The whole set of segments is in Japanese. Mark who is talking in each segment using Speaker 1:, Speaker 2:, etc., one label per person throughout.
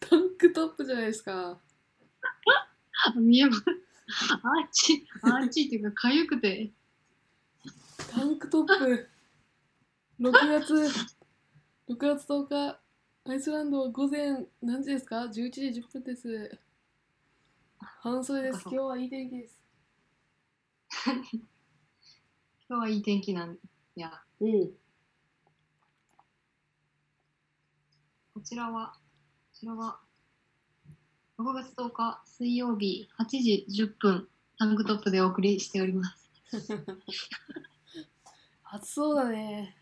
Speaker 1: トップじゃないですか。
Speaker 2: 見えます。あっち、あっちっていうか、かゆくて。
Speaker 1: タンクトップ。6月、6月10日、アイスランド午前何時ですか ?11 時10分です。半袖です。今日はいい天気です。
Speaker 2: 今日はいい天気なんや。
Speaker 1: うん。
Speaker 2: こちらは、こちらは、6月10日水曜日8時10分、タンクトップでお送りしております。
Speaker 1: 暑そうだね。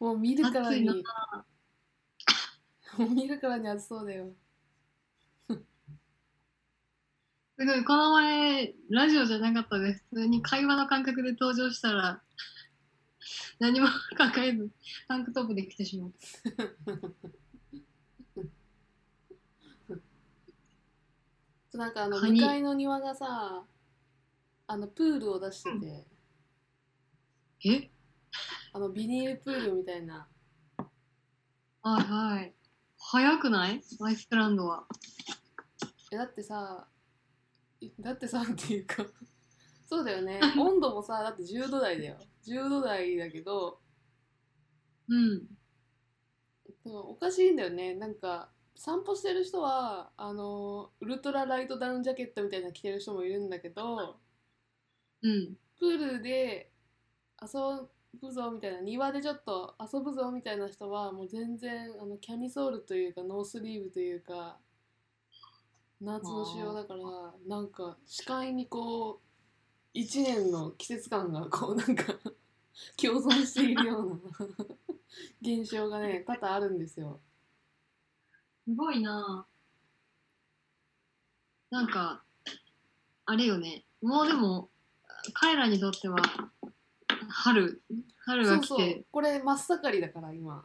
Speaker 1: もう見るから に。
Speaker 2: 暑い
Speaker 1: もう見るからに暑そうだよ。
Speaker 2: すごい、この前、ラジオじゃなかったです。普通に会話の感覚で登場したら、何も考えず、タンクトップで来てしまう。
Speaker 1: なんかあの
Speaker 2: カニ
Speaker 1: 向かいの庭がさ、あのプールを出してて、
Speaker 2: え
Speaker 1: あのビニールプールみたいな。
Speaker 2: はいはい。早くないアイスランドは。
Speaker 1: えだってさ、えだってさっていうか、そうだよね。温度もさ、だって10度台だよ。10度台だけど、
Speaker 2: うん。
Speaker 1: でもおかしいんだよねなんか散歩してる人はあのウルトラライトダウンジャケットみたいなの着てる人もいるんだけど
Speaker 2: うん。
Speaker 1: プールで遊ぶぞみたいな庭でちょっと遊ぶぞみたいな人はもう全然あのキャミソールというかノースリーブというか夏の仕様だからなんか視界にこう1年の季節感がこうなんか 共存しているような 現象がね多々あるんですよ。
Speaker 2: すごいなぁなんか、あれよね。もうでも、彼らにとっては、春、春
Speaker 1: そ
Speaker 2: が
Speaker 1: う
Speaker 2: 来て、
Speaker 1: そうこれ真っ盛りだから今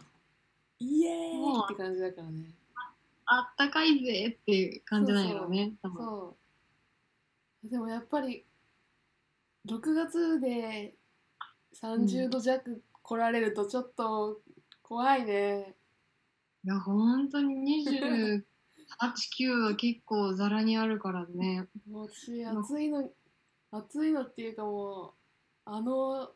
Speaker 1: イエーイ
Speaker 2: もう
Speaker 1: って感じだからね
Speaker 2: あったかいぜっていう感じなんやろうね、多分。
Speaker 1: そうでもやっぱり6月で30度弱来られるとちょっと怖いね、
Speaker 2: いや、本当に28、9は結構ざらにあるからね。
Speaker 1: もう私暑いの暑いのっていうかもうあの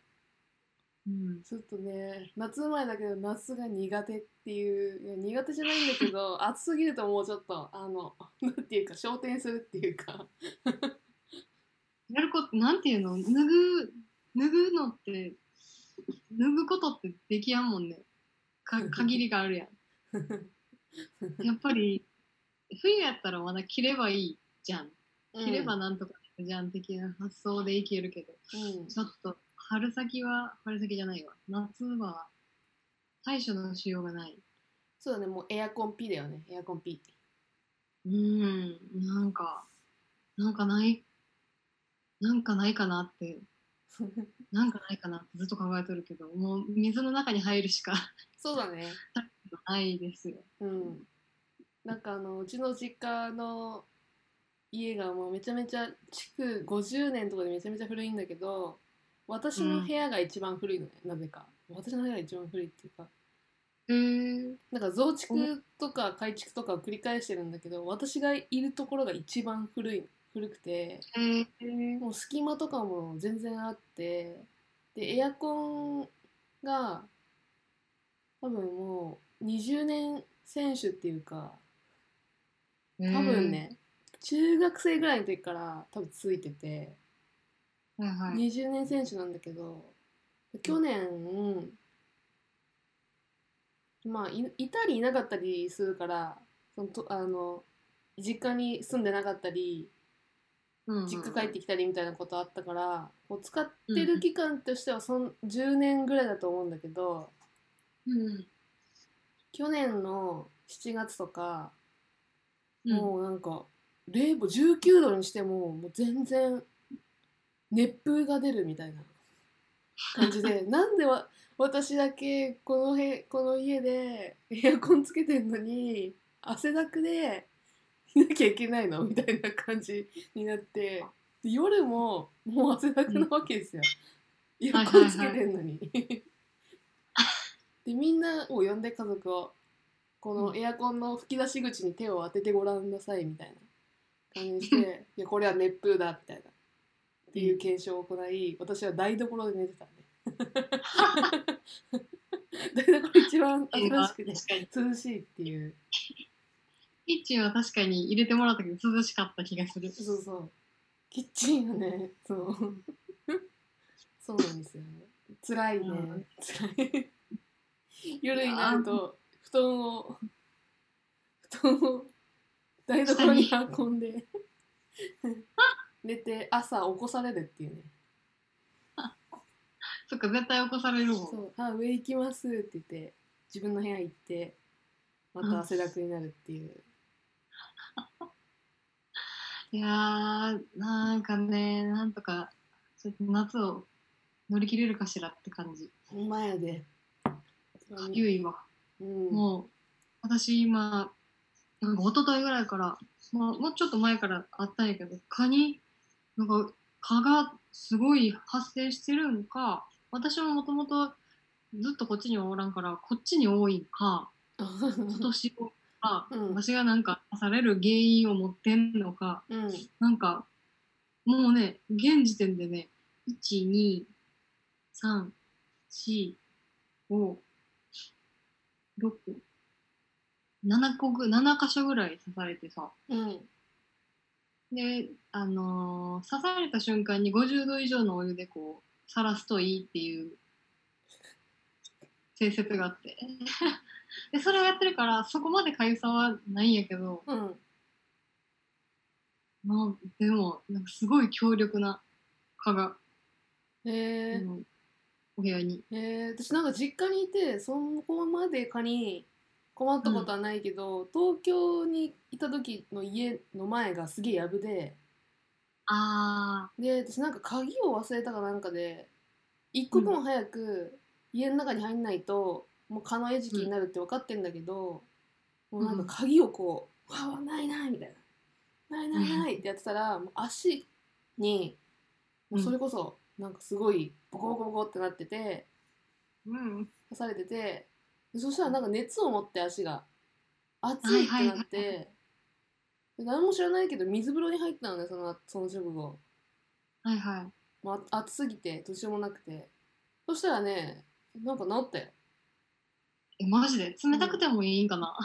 Speaker 2: うん。
Speaker 1: ちょっとね夏生まれだけど夏が苦手っていういや苦手じゃないんだけど暑すぎるともうちょっとあのなんていうか焦点するっていうか
Speaker 2: やること、なんていうの脱ぐ、脱ぐのって、脱ぐことってできやんもんね。 か、限りがあるやん。やっぱり冬やったらまだ着ればいいじゃん着ればなんとかなるじゃん的な発想でいけるけど、
Speaker 1: うん
Speaker 2: ちょっと春先は春先じゃないわ夏は対処のしようがない
Speaker 1: そうだね、もうエアコン P だよね、エアコン P。
Speaker 2: うんなんかなんかないなんかないかなってなんかないかなってずっと考えとるけどもう水の中に入るしか
Speaker 1: そうだね。
Speaker 2: ないですよ
Speaker 1: うん。なんかあの、うちの実家の家がもうめちゃめちゃ、築50年とかでめちゃめちゃ古いんだけど、私の部屋が一番古いのね、なぜか。私の部屋が一番古いっていうか、
Speaker 2: へえ
Speaker 1: なんか増築とか改築とかを繰り返してるんだけど、私がいるところが一番古い、古くて、
Speaker 2: へえ
Speaker 1: もう隙間とかも全然あってでエアコンが多分もう20年選手っていうか多分ね、中学生ぐらいの時から多分ついてて、
Speaker 2: はいはい
Speaker 1: 20年選手なんだけど去年、まあいいたりいなかったりするからそのとあの実家に住んでなかったり
Speaker 2: うんうん
Speaker 1: 実家帰ってきたりみたいなことあったから、こう使ってる期間としてはそん10年ぐらいだと思うんだけど
Speaker 2: うん
Speaker 1: 去年の7月とか、
Speaker 2: うん
Speaker 1: もうなんか冷房19度にしてももう全然熱風が出るみたいな感じ でなんでわ私だけこのへこの家でエアコンつけてんのに汗だくでいなきゃいけないのみたいな感じになってで夜ももう汗だくなわけですよ、エアコンつけてんのにでみんなを呼んで家族をこのエアコンの吹き出し口に手を当ててごらんなさいみたいな感じに して「いやこれは熱風だ」みたいなっていう検証を行い私は台所で寝てた ね台所一番新しくて
Speaker 2: 確かに。
Speaker 1: 涼しいっていう
Speaker 2: キッチンは確かに入れてもらったけど涼しかった気がする。
Speaker 1: そうそうキッチンはね そうそうなんですよ辛いね、
Speaker 2: うん
Speaker 1: 辛い夜になると布団を布団を台所に運んで寝て朝起こされるっていうね
Speaker 2: そっか、絶対起こされるもん。
Speaker 1: そうあ上行きますって言って自分の部屋行ってまた汗だくになるっていう、
Speaker 2: いやー、なんかね、なんとか、ちょっと夏を乗り切れるかしらって感じ。
Speaker 1: ほんまやで
Speaker 2: ゆいは。
Speaker 1: うん
Speaker 2: もう、私今、なんか一昨日ぐらいから、まあ、もうちょっと前からあったんやけど、蚊に、なんか蚊がすごい発生してるんか、私ももともとずっとこっちにはおらんから、こっちに多いんか、今年は、
Speaker 1: うん
Speaker 2: 私がなんか刺される原因を持ってんのか、
Speaker 1: うん
Speaker 2: なんか、もうね、現時点でね、1、2、3、4、5、6、7個ぐ、7箇所ぐらい刺されてさ。
Speaker 1: うん
Speaker 2: で、あのー刺された瞬間に50度以上のお湯でこう、さらすといいっていう、性説があって。 で、それをやってるから、そこまで痒さはないんやけど、
Speaker 1: うん
Speaker 2: まあ、でも、なんかすごい強力な蚊が
Speaker 1: へえ
Speaker 2: あのお部屋に。
Speaker 1: えー、私なんか実家にいてそこまで蚊に困ったことはないけど、東京にいた時の家の前がすげえやぶで
Speaker 2: あ
Speaker 1: で私なんか鍵を忘れたかなんかで一刻も早く家の中に入んないと、もう蚊の餌食になるって分かってんだけど、
Speaker 2: ん
Speaker 1: もうなんか鍵をこう「わあわあないない」みたいな「ないないない」ってやってたらもう足にもうそれこそなんかすごいボコボコボコってなってて。
Speaker 2: ー。うん。
Speaker 1: 刺されててでそしたらなんか熱を持って足が熱いってなって、
Speaker 2: はいはい
Speaker 1: で何も知らないけど水風呂に入ったのねそのその直後、
Speaker 2: はいはい。
Speaker 1: まあ、暑すぎてどうしようもなくてそしたらねなんか治ったよ、
Speaker 2: え、マジで冷たくてもいいんかな、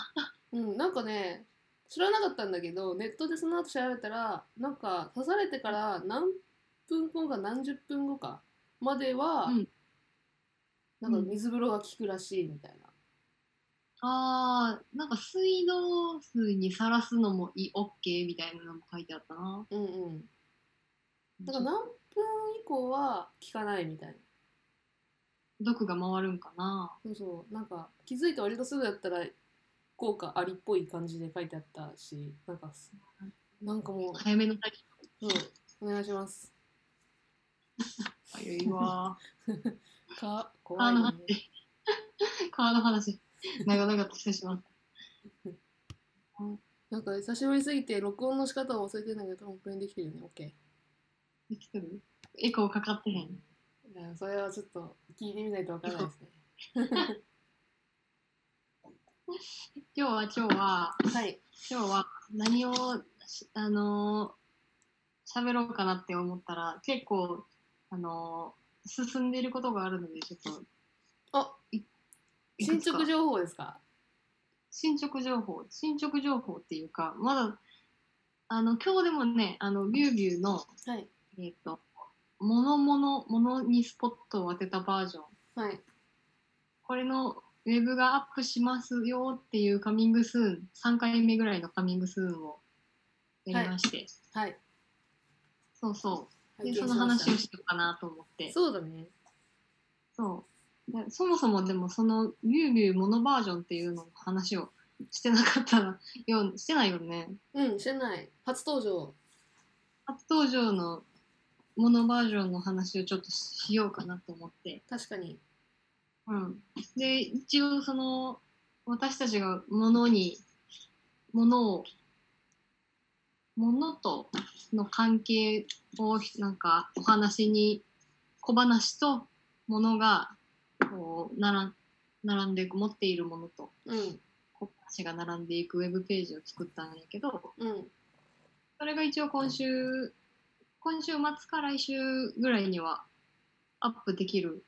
Speaker 1: うん、なんかね知らなかったんだけどネットでその後調べたらなんか刺されてから何分後か何十分後かまでは、
Speaker 2: うん
Speaker 1: なんか水風呂が効くらしいみたいな、
Speaker 2: あー、なんか水道水にさらすのもいい、OK みたいなのも書いてあったな。
Speaker 1: うんうんだから何分以降は効かないみたいな
Speaker 2: 毒が回るんかな
Speaker 1: そうそうなんか気づいて割とすぐだったら効果ありっぽい感じで書いてあったしなんかすなんかもう
Speaker 2: 早めの対
Speaker 1: そうお願いします
Speaker 2: 処早いわ。
Speaker 1: か怖
Speaker 2: あ
Speaker 1: い
Speaker 2: の
Speaker 1: ね
Speaker 2: 話。 川の話。長々としてしまった。
Speaker 1: なんか久しぶりすぎて録音の仕方を忘れてんだけど多分これにできてるよね OK い
Speaker 2: できてるエコーかかってへん。
Speaker 1: やそれはちょっと聞いてみないとわからないですね
Speaker 2: 今日は今日は、
Speaker 1: はい
Speaker 2: 今日は何をしあのー喋ろうかなって思ったら結構あのー進んでいることがあるのでちょっと
Speaker 1: あ
Speaker 2: いいく
Speaker 1: 進
Speaker 2: つか
Speaker 1: 捗情報ですか
Speaker 2: 進捗情報進捗情報っていうかまだあの今日でもねあのビュービューの
Speaker 1: はい
Speaker 2: えっ、とものものものにスポットを当てたバージョン
Speaker 1: はい
Speaker 2: これのウェブがアップしますよっていうカミングスーン3回目ぐらいのカミングスーンをやりまして、
Speaker 1: はい
Speaker 2: そうそう
Speaker 1: 拝
Speaker 2: で
Speaker 1: 見
Speaker 2: その
Speaker 1: しま
Speaker 2: 話
Speaker 1: し
Speaker 2: をしようかなと思って
Speaker 1: たそうだね
Speaker 2: そうでそもそもでもそのミュウミュウモノバージョンっていうのの話をしてなかったらようして ないよね
Speaker 1: うんしてない初登場
Speaker 2: 初登場のモノバージョンの話をちょっとしようかなと思って、
Speaker 1: 確かに
Speaker 2: うん、で一応その私たちがモノにモノをモノとの関係をなんかお話に小話とものがこう並ん並んで持っているものと
Speaker 1: うん
Speaker 2: こう話が並んでいくウェブページを作ったんやけど、
Speaker 1: うん
Speaker 2: それが一応今週、今週末か来週ぐらいにはアップできる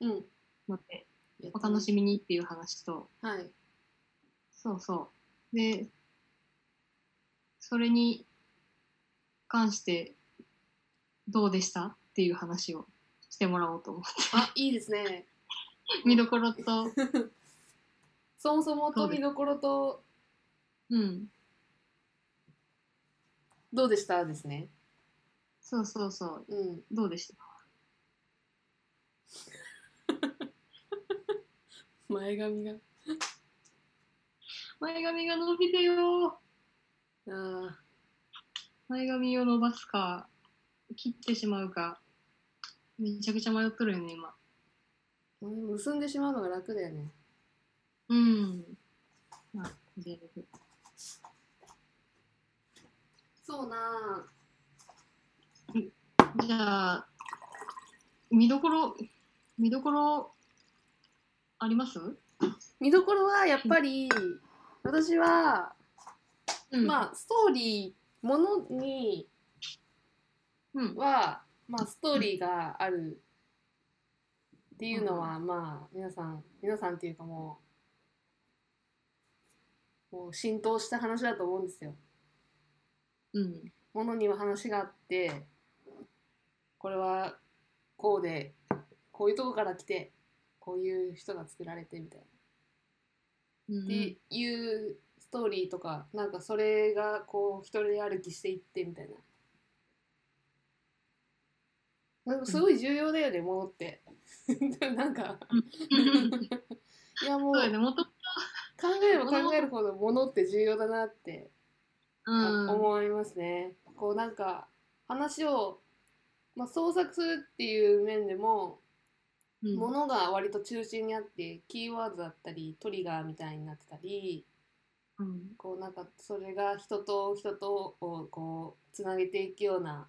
Speaker 1: うん
Speaker 2: ので、お楽しみにっていう話と、
Speaker 1: みはい
Speaker 2: そうそう。で、それに関してどうでしたっていう話をしてもらおうと思う。
Speaker 1: あいいですね
Speaker 2: 見どころと、
Speaker 1: そもそもと
Speaker 2: そうです
Speaker 1: 見どころと
Speaker 2: うん、
Speaker 1: どうでしたですね
Speaker 2: そうそうそう、
Speaker 1: うん
Speaker 2: どうでした
Speaker 1: 前髪が
Speaker 2: 前髪が伸びてよ
Speaker 1: あ
Speaker 2: 前髪を伸ばすか、切ってしまうか、めちゃくちゃ迷っとるよね、今。
Speaker 1: ー結んでしまうのが楽だよね
Speaker 2: うん。まあ、とりあえず
Speaker 1: そうな
Speaker 2: じゃあ、見どころ、見どころ、あります
Speaker 1: 見どころはやっぱり私は、
Speaker 2: あ、
Speaker 1: まあストーリーものに
Speaker 2: うん、
Speaker 1: は、まあ、ストーリーがあるっていうのは、まあ皆さん皆さんっていうかもうもう浸透した話だと思うんですよ。
Speaker 2: うん、
Speaker 1: ものには話があってこれはこうでこういうとこから来てこういう人が作られてみたいな。
Speaker 2: うん、
Speaker 1: っていうストーリーとかなんかそれがこう一人歩きしていってみたいななんかすごい重要だよね、ものって なん かいやもう
Speaker 2: そう
Speaker 1: 考
Speaker 2: やね、もと、
Speaker 1: えれば考えるほどものって重要だなって
Speaker 2: うん、
Speaker 1: 思いますね、こうなんか話を、まあ、創作するっていう面でも
Speaker 2: うん、
Speaker 1: ものが割と中心にあってキーワードだったりトリガーみたいになってたり
Speaker 2: うん、
Speaker 1: こうなんかそれが人と人とをこうつなげていくような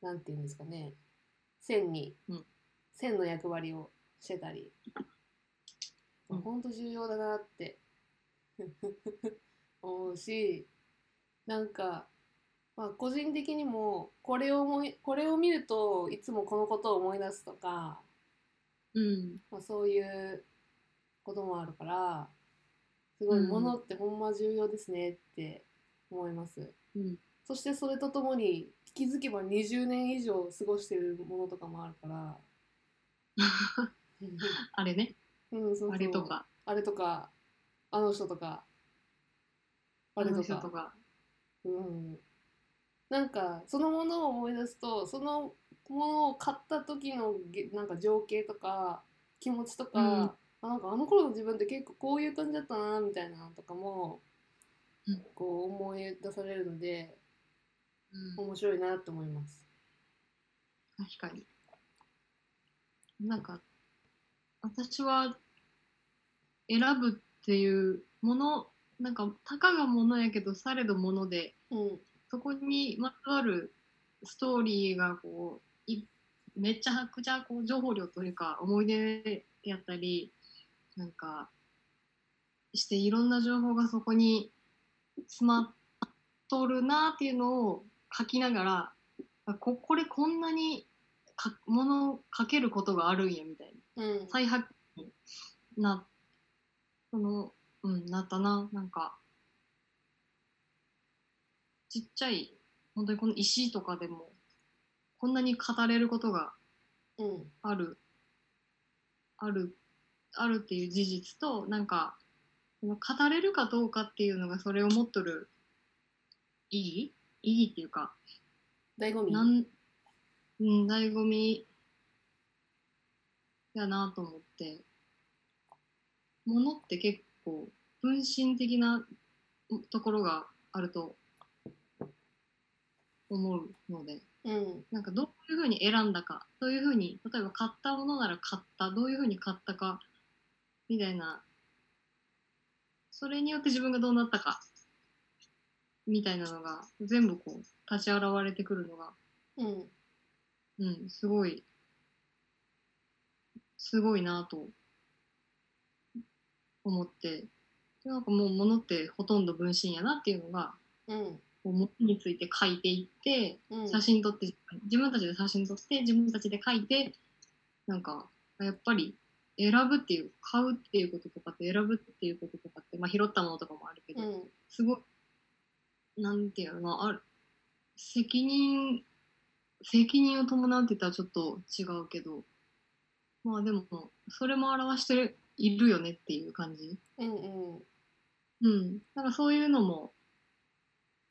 Speaker 1: なんていうんですかね線に、
Speaker 2: うん
Speaker 1: 線の役割をしてたり、
Speaker 2: うん
Speaker 1: ほんと重要だなって 思うしなんか、まあ、個人的にもこれを思いこれを見るといつもこのことを思い出すとか、
Speaker 2: うん、
Speaker 1: まあ、そういうこともあるからすごい
Speaker 2: うん
Speaker 1: 物ってほんま重要ですねって思います、
Speaker 2: うん、
Speaker 1: そしてそれとともに気づけば20年以上過ごしてるものとかもあるから
Speaker 2: あれね、
Speaker 1: うんそうそう
Speaker 2: あれとか、
Speaker 1: あれとかあの人とかあ
Speaker 2: あ
Speaker 1: れ
Speaker 2: の
Speaker 1: と
Speaker 2: 人
Speaker 1: か
Speaker 2: とか、
Speaker 1: うん、なんかそのものを思い出すとそのものを買った時のげなんか情景とか気持ちとか、
Speaker 2: うん
Speaker 1: あなんかあの頃の自分って結構こういう感じだったなみたいなのとかも、
Speaker 2: うん
Speaker 1: こう思い出されるので
Speaker 2: うん、
Speaker 1: 面白いなと思います。
Speaker 2: 確かに。なんか、私は、選ぶっていうもの、なんか、たかがものやけど、されどもので、
Speaker 1: うん、
Speaker 2: そこにまつわるストーリーがこういめっちゃくちゃこう情報量というか思い出やったりなんかしていろんな情報がそこに詰まっとるなっていうのを書きながらあここれこんなにかものを書けることがあるんやみたいな。
Speaker 1: うん、
Speaker 2: 再発見な、その、うん、なったな、なんか、ちっちゃい、本当にこの石とかでも、こんなに語れることが
Speaker 1: うん、
Speaker 2: ある、ある、あるっていう事実と、なんか、この語れるかどうかっていうのが、それを持っとる意義意義っていうか、
Speaker 1: 醍醐味
Speaker 2: なん、うん、醍醐味やなと思って、ものって結構、分身的なところがあると思うので、
Speaker 1: うん、
Speaker 2: なんかどういうふうに選んだか、どういうふうに、例えば買ったものなら買った、どういうふうに買ったか、みたいな、それによって自分がどうなったか、みたいなのが、全部こう、立ち現れてくるのが、
Speaker 1: うん、
Speaker 2: うん、すごい、すごいなと思って、なんかもう物ってほとんど分身やなっていうのが
Speaker 1: うん
Speaker 2: こう物について書いていって
Speaker 1: うん
Speaker 2: 写真撮って自分たちで写真撮って自分たちで書いてなんかやっぱり選ぶっていう買うっていうこととかって選ぶっていうこととかって、まあ、拾ったものとかもあるけど、
Speaker 1: うん
Speaker 2: すごいなんていうのかなある責任責任を伴うって言ったらちょっと違うけどまあでもそれも表してるいるよねっていう感じ。
Speaker 1: うんうん
Speaker 2: うん、なんかそういうのも、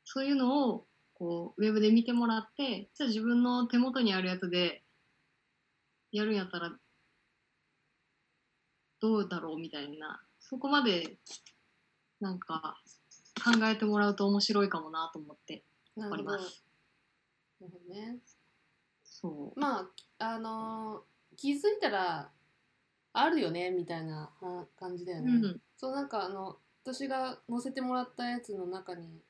Speaker 2: そういうのをこうウェブで見てもらって、じゃあ自分の手元にあるやつでやるんやったらどうだろうみたいな、そこまでなんか考えてもらうと面白いかもなと思って
Speaker 1: な
Speaker 2: おり
Speaker 1: るほど
Speaker 2: ま
Speaker 1: なる
Speaker 2: す。
Speaker 1: ほどね
Speaker 2: そう。
Speaker 1: まああのー気づいたらあるよねみたいなは感じだよ
Speaker 2: う
Speaker 1: ね、
Speaker 2: ん。
Speaker 1: そうなんかあの私が載せてもらったやつの中に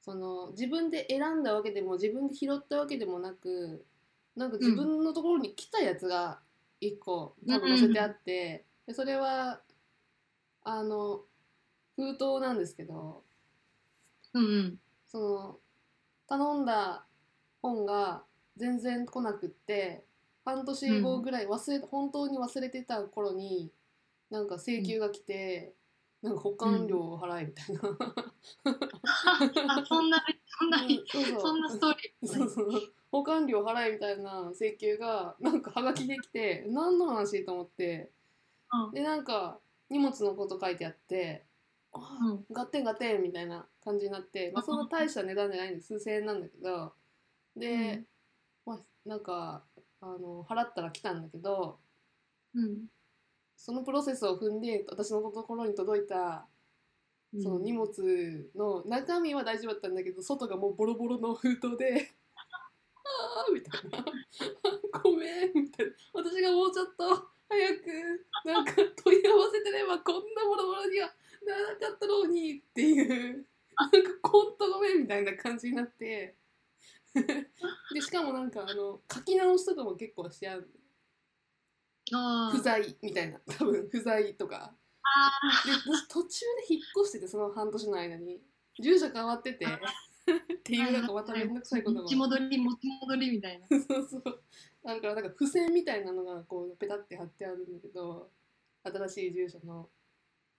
Speaker 1: その自分で選んだわけでも自分で拾ったわけでもなくなんか自分のところに来たやつが一個多分載せてあって、でそれはあの封筒なんですけど
Speaker 2: うんうん。
Speaker 1: その頼んだ本が全然来なくって半年後ぐらい忘れ、本当に忘れてた頃になんか請求が来て、なんか保管料を払えみたいな、
Speaker 2: あ、そんな、そんな、
Speaker 1: そうそう
Speaker 2: そんなストーリー。
Speaker 1: そうそう保管料払えみたいな請求がなんかはがきできて何の話と思って
Speaker 2: うん
Speaker 1: でなんか荷物のこと書いてあって「あー
Speaker 2: うん
Speaker 1: ガッテンガッテン」みたいな感じになって、まあ、そんな大した値段じゃないんで数千円なんだけどで、まあ、なんかあの払ったら来たんだけど
Speaker 2: うん。
Speaker 1: そのプロセスを踏んで私のところに届いた
Speaker 2: うん
Speaker 1: その荷物の中身は大丈夫だったんだけど外がもうボロボロの封筒で 「ああ」みたいな「ごめん」みたいな私がもうちょっと早くなんか問い合わせてればこんなボロボロにはならなかったろうにっていうなんかコントごめんみたいな感じになって でしかもなんかあの書き直しとかも結構しちゃう
Speaker 2: ああ。
Speaker 1: 不在みたいな 多分不在とかで私途中で引っ越しててその半年の間に住所変わってて
Speaker 2: あ
Speaker 1: っていうなんかまためんどくさいことが
Speaker 2: 持ち戻り、持ち戻りみたいな。
Speaker 1: そうそうだからなんか付箋みたいなのがこうペタって貼ってあるんだけど新しい住所の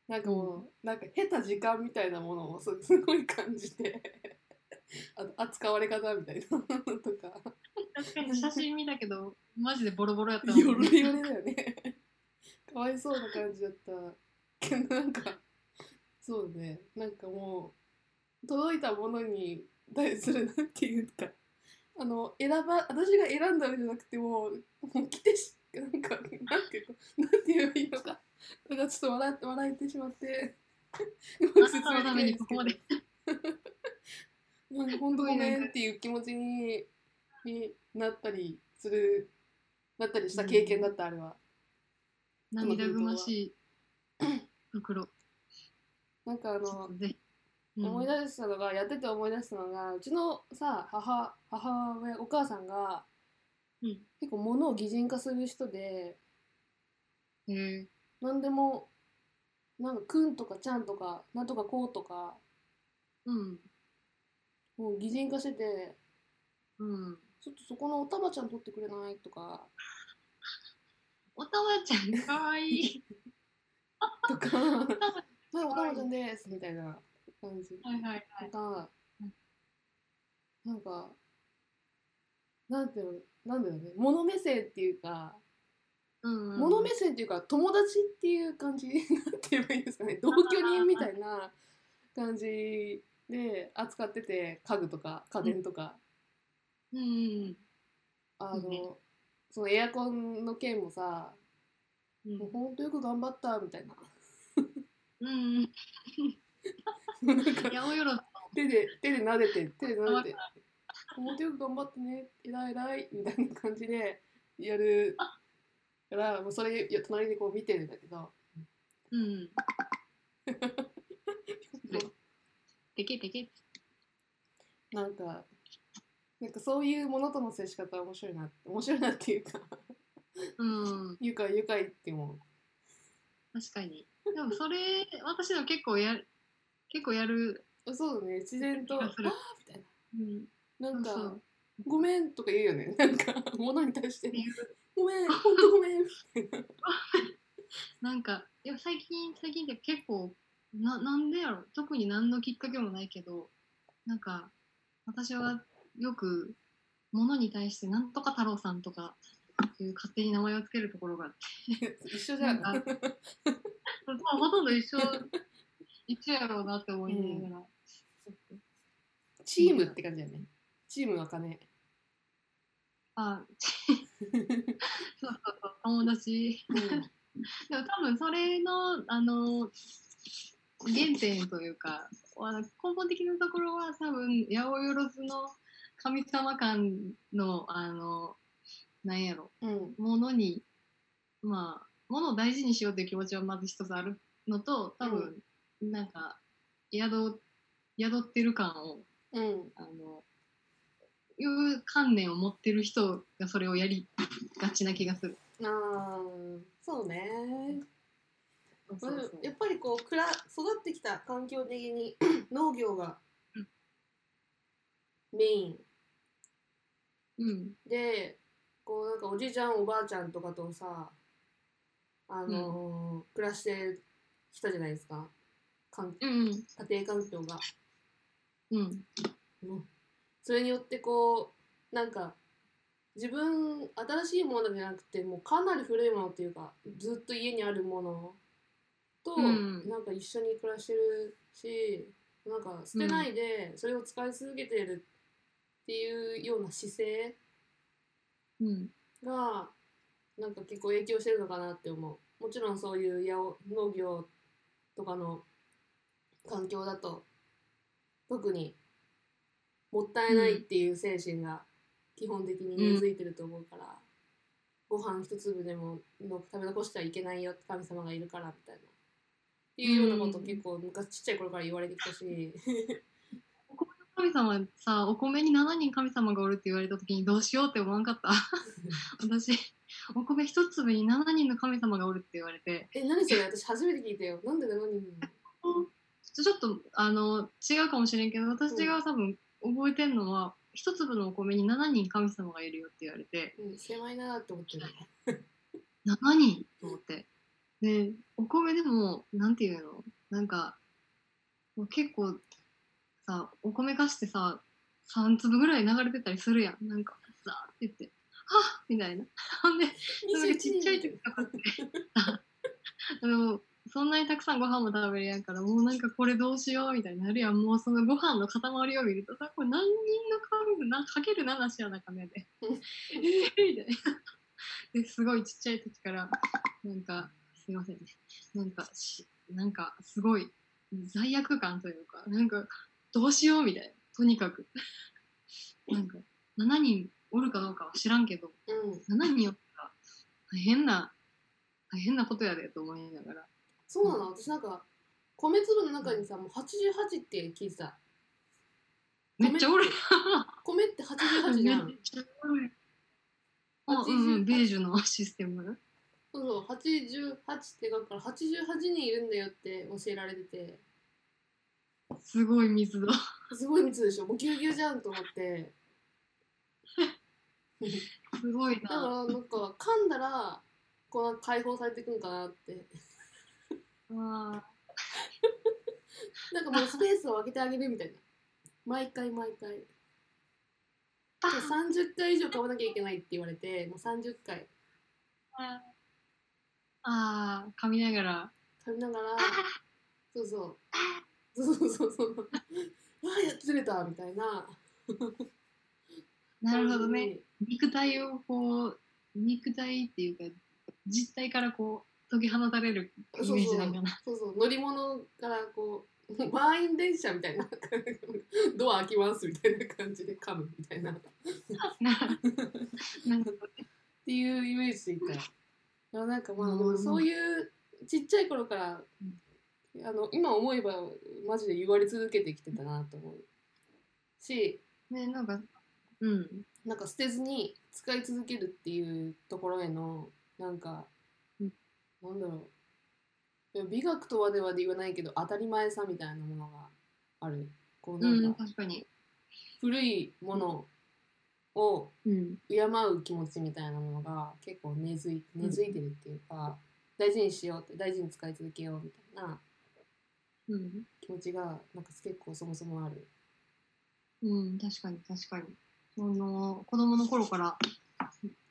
Speaker 1: なんかもう、なんか下手時間みたいなものをす すごい感じてあと扱われ方みたいなのとか
Speaker 2: 確かに写真見たけど、マジでボロボロやったもんね
Speaker 1: よろよろだよね かわいそうな感じだったけどなんかそうねなんかもう届いたものに対するなんていうかあの選ば私が選んだわけじゃなくてもうもう来てしなんかなんていうかなんて言えばいいのかなんかちょっと笑って笑えてしまってうまく
Speaker 2: あなたのためにここまで。
Speaker 1: なんか本当ごめんっていう気持ちにになったりするなったりした経験だった、あれは。
Speaker 2: 涙ぐましい袋。
Speaker 1: なんかあ
Speaker 2: ちょ
Speaker 1: の
Speaker 2: っとぜひ。うん
Speaker 1: 思い出したのがやってて思い出したのがうちのさ母母親お母さんが
Speaker 2: うん
Speaker 1: 結構物を擬人化する人で
Speaker 2: へ
Speaker 1: 何でもなんか「くん」とか「ちゃん」とか「なんとかこう」とか
Speaker 2: うん。
Speaker 1: もう擬人化してて
Speaker 2: うん。
Speaker 1: 「ちょっとそこのおたまちゃん取ってくれない?」とか
Speaker 2: おたまちゃんかわい い。
Speaker 1: と か「はいおたまちゃんです」みたいな感じ
Speaker 2: はいはいは
Speaker 1: と
Speaker 2: い。
Speaker 1: か
Speaker 2: うん
Speaker 1: なんかなんていうのなんだろうね物目線っていうか
Speaker 2: うん。
Speaker 1: 物目線っていうか友達っていう感じなんて言えばいいんですかね同居人みたいな感じで扱ってて家具とか家電とか、
Speaker 2: うん
Speaker 1: あの、
Speaker 2: うん
Speaker 1: そのエアコンの件もさ
Speaker 2: うん。
Speaker 1: もうほんとよく頑張ったみたいな
Speaker 2: うん。
Speaker 1: なんか
Speaker 2: やおよろ。
Speaker 1: 手で手で撫でて手で撫で
Speaker 2: 頑張って
Speaker 1: ほんとよく頑張ってね偉い偉いみたいな感じでやるからもうそれいや隣でこう見てるんだけど
Speaker 2: うん。てけてけ。
Speaker 1: なんか、なんかそういうものとの接し方は面白いな、面白いな っていうか、
Speaker 2: うん。
Speaker 1: 愉快愉快っても
Speaker 2: 確かに。でもそれ、私の結構や、結構やる。
Speaker 1: そうだね自然と「あ
Speaker 2: 気
Speaker 1: ー
Speaker 2: がする
Speaker 1: みたい
Speaker 2: うん。
Speaker 1: ななんか「
Speaker 2: そうそう
Speaker 1: ごめん」とか言うよね なんか物に対して
Speaker 2: っていう
Speaker 1: 「ごめんほんとごめん」
Speaker 2: なんか、いや、最近、最近って結構、な、なんでやろ特に何のきっかけもないけど、なんか、私はよく、物に対して、なんとか太郎さんとか、いう勝手に名前をつけるところがあって
Speaker 1: 一緒じ
Speaker 2: な
Speaker 1: ゃ
Speaker 2: んか、
Speaker 1: ん
Speaker 2: そうほとんど一緒、一緒やろうなって思いながら。
Speaker 1: チームって感じだよねチームは金う
Speaker 2: あ、
Speaker 1: ん
Speaker 2: そうそうそう、友達。でも多分それの、あの、原点というか、あの根本的なところは多分、八百万の神様感の、あの、なんやろ、
Speaker 1: うん
Speaker 2: ものに、まあ、ものを大事にしようという気持ちはまず一つあるのと、多分、なんか、宿、宿ってる感を、
Speaker 1: うん
Speaker 2: あの、いう観念を持ってる人がそれをやりがちな気がする。
Speaker 1: あーそうね
Speaker 2: そう
Speaker 1: まあでもや
Speaker 2: や
Speaker 1: っぱりこう蔵育ってきた環境的に 農業が
Speaker 2: うん
Speaker 1: メイン
Speaker 2: うん。
Speaker 1: でこうなんかおじいちゃんおばあちゃんとかとさあのー暮らしてきたじゃないですかかん
Speaker 2: うん。
Speaker 1: 家庭環境が、
Speaker 2: うん。
Speaker 1: それによってこうなんか自分新しいものじゃなくてもうかなり古いものっていうかずっと家にあるものと、
Speaker 2: うん
Speaker 1: なんか一緒に暮らしてるしなんか捨てないでそれを使い続けてるっていうような姿勢
Speaker 2: うん。
Speaker 1: がなんか結構影響してるのかなって思うもちろんそういう八百農業とかの環境だと特にもったいないっていう精神が基本的に根付いてると思うから、ご飯一粒でもの食べ残してはいけないよ神様がいるからみたいな。っていうようなことを結構昔ちっちゃい頃から言われてきた し、
Speaker 2: お米の神様さ、お米に7人神様がおるって言われた時にどうしようって思わん かった。私、お米一粒に7人の神様がおるって言われて、
Speaker 1: え、何それ私初めて聞いたよ。なんで何
Speaker 2: ちょっとあの違うかもしれんけど、私が多分覚えてんのは、一粒のお米に7人神様がいるよって言われて、
Speaker 1: うん、狭いなって思って る。
Speaker 2: 7人と思って。で、お米でも、なんていうのなんか、もう結構さ、お米貸してさ、3粒ぐらい流れてたりするやん。なんか、ザーって言って、はっみたいな。ほんで、それがちっちゃい時とかって、あの、そんなにたくさんご飯も食べれやんから、もうなんかこれどうしようみたいになるやん。もうそのご飯の塊を見るとさ、これ何人の数な、かける7しやなかねで。えーみたいな。で、すごいちっちゃい時から、なんか、すいませんね。なんかし、なんかすごい罪悪感というか、なんかどうしようみたいな。とにかく。なんか、7人おるかどうかは知らんけど、
Speaker 1: うん。
Speaker 2: 7人おったら大変な、大変なことやでと思いながら。
Speaker 1: そうなの、私なんか米粒の中にさもう88って聞いてた
Speaker 2: めっちゃおる
Speaker 1: 米って
Speaker 2: やん。
Speaker 1: 88じ
Speaker 2: めっ
Speaker 1: ゃ ん
Speaker 2: ちゃおるやん。あうんうん、ベージュのシステム。
Speaker 1: そうそう88って書くから88人いるんだよって教えられてて
Speaker 2: すごい密度。
Speaker 1: すごい密でしょもうぎゅうぎゅうじゃんと思って
Speaker 2: すごい
Speaker 1: だから
Speaker 2: な。
Speaker 1: なんか噛んだらこうなんか解放されてくんかなって
Speaker 2: あ
Speaker 1: なんかもうスペースを空けてあげるみたいな毎回毎 回で
Speaker 2: あ
Speaker 1: 30回以上噛まなきゃいけないって言われてもう30回
Speaker 2: あー、噛みながら。
Speaker 1: 食べなが らそうそうそうそうそうそう ああやっとずれたみたいな
Speaker 2: なるほどね。肉体をこう肉体っていうか実体からこう解き放たれるイメージなんかな
Speaker 1: そうそう乗り物からこう満員電車みたいな ドア開きますみたいな感じで噛むみたいなっ
Speaker 2: なんか
Speaker 1: ていうイメージでいったらでもなんかまあ、
Speaker 2: うん
Speaker 1: でもそういうちっちゃい頃からあの今思えばマジで言われ続けてきてたなと思うし
Speaker 2: ねなんかうん
Speaker 1: なんか捨てずに使い続けるっていうところへのなんか、
Speaker 2: うん
Speaker 1: なんだろでも美学とはではで言わないけど当たり前さみたいなものがあるこう
Speaker 2: う、
Speaker 1: なんんか
Speaker 2: 確かに。
Speaker 1: 古いものを
Speaker 2: うん。
Speaker 1: 敬う気持ちみたいなものが結構根付い根付いてるっていうか、大事にしようって大事に使い続けようみたいな
Speaker 2: うん。
Speaker 1: 気持ちがなんか結構そもそもある。
Speaker 2: うん、確かに、確かに。その、子供の頃から、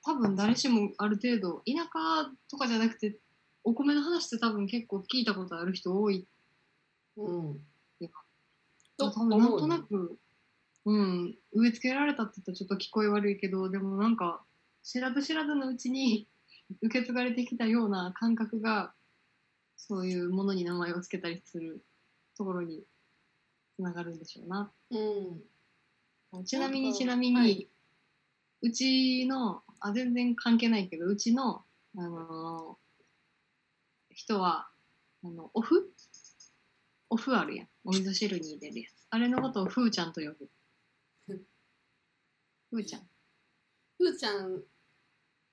Speaker 2: 多分誰しもある程度、田舎とかじゃなくて、お米の話って多分結構聞いたことある人多い。
Speaker 1: うん
Speaker 2: いや、
Speaker 1: と
Speaker 2: 多分なん
Speaker 1: 思うよ
Speaker 2: となく、うん、植え付けられたって言ったらちょっと聞こえ悪いけど、でもなんか、知らず知らずのうちに受け継がれてきたような感覚が、そういうものに名前を付けたりするところにつながるんでしょうな
Speaker 1: うん、
Speaker 2: ちなみ
Speaker 1: なん
Speaker 2: に
Speaker 1: か
Speaker 2: ちなみに、
Speaker 1: はいう
Speaker 2: ちのあ全然関係ないけどうちの、あのー人はあのおふおふあるやんお味噌汁に入れるやつあれのことをふーちゃんと呼ぶふーちゃん
Speaker 1: ふーちゃん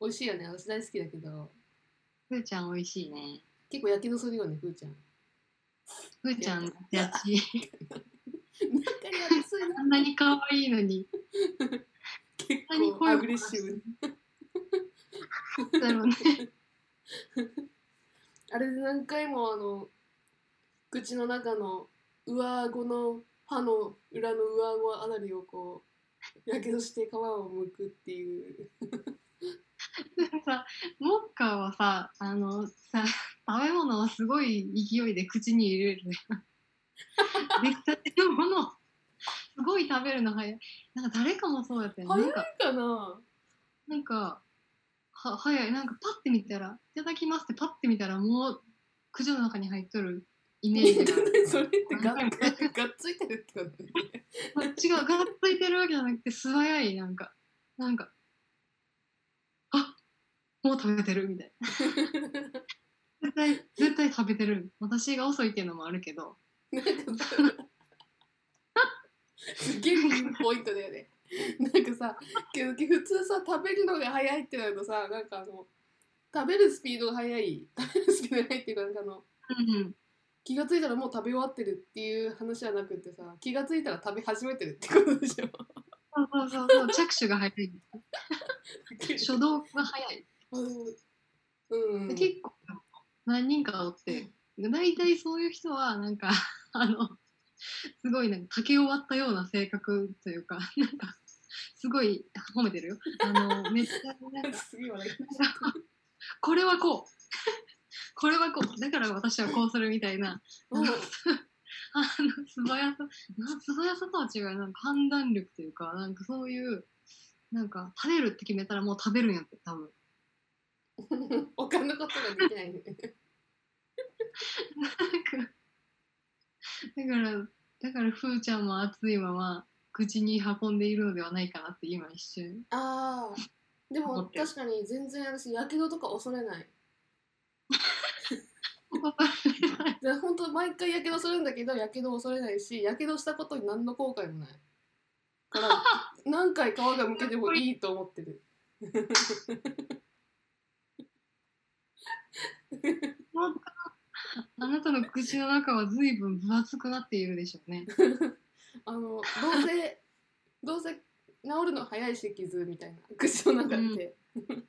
Speaker 1: 美味しいよね私大好きだけど
Speaker 2: ふーちゃん美味しいね
Speaker 1: 結構やけどするよねふーちゃん。
Speaker 2: ふーちゃんってやち
Speaker 1: なんかやりすいな
Speaker 2: あんなに可愛いのに
Speaker 1: 結
Speaker 2: あんなに
Speaker 1: 構
Speaker 2: 声
Speaker 1: ア
Speaker 2: を
Speaker 1: グレッシブ
Speaker 2: だろうね
Speaker 1: あれで何回もあの口の中の上顎の歯の裏の上顎あたりをこうやけどして皮を剥くっていう
Speaker 2: でもさモッカーはさあのさ食べ物をすごい勢いで口に入れるやん出来たてのものをすごい食べるの早いなんか誰かもそうやったよ
Speaker 1: 早
Speaker 2: ないんか
Speaker 1: かな
Speaker 2: なんかは早いなんかパッて見たら「いただきます」ってパッて見たらもう口の中に入っとるイメージがある
Speaker 1: それってがっがっついてるってこと
Speaker 2: こっちががっついてるわけじゃなくて素早いなんかなんか「あもう食べてる」みたいな。絶対絶対食べてる私が遅いっていうのもあるけど
Speaker 1: なんかさすげえピンポイントだよねなんかさけど普通さ食べるのが早いってなるとさなんかあの食べるスピードが速い食べるスピードが速いっていうかなんかあの
Speaker 2: うん
Speaker 1: 気がついたらもう食べ終わってるっていう話じゃなくてさ気がついたら食べ始めてるってことでしょ
Speaker 2: そうそうそうそう着手が早い初動が早い、
Speaker 1: うん、
Speaker 2: で結構何人かおって大体そういう人はなんか あのすごいなんか竹を割ったような性格というかなんかすごい褒めてるよあのめっちゃなんか
Speaker 1: 次はね
Speaker 2: これはこう これはこうだから私はこうするみたいな
Speaker 1: うん
Speaker 2: あの素早さな素早さとは違うなんか判断力というかなんかそういうなんか食べるって決めたらもう食べるんやって多分
Speaker 1: 他のことができないね
Speaker 2: だからだからふーちゃんも熱いまま口に運んでいるのではないかなって今一瞬
Speaker 1: ああでも確かに全然私やけどとか恐れないで本当毎回やけどするんだけどやけど恐れないしやけどしたことに何の後悔もないから何回皮がむけてもいいと思ってる
Speaker 2: あなたの口の中は随分分厚くなっているでしょうね
Speaker 1: あのどうせどうせ治るの早いし傷みたいな口の中って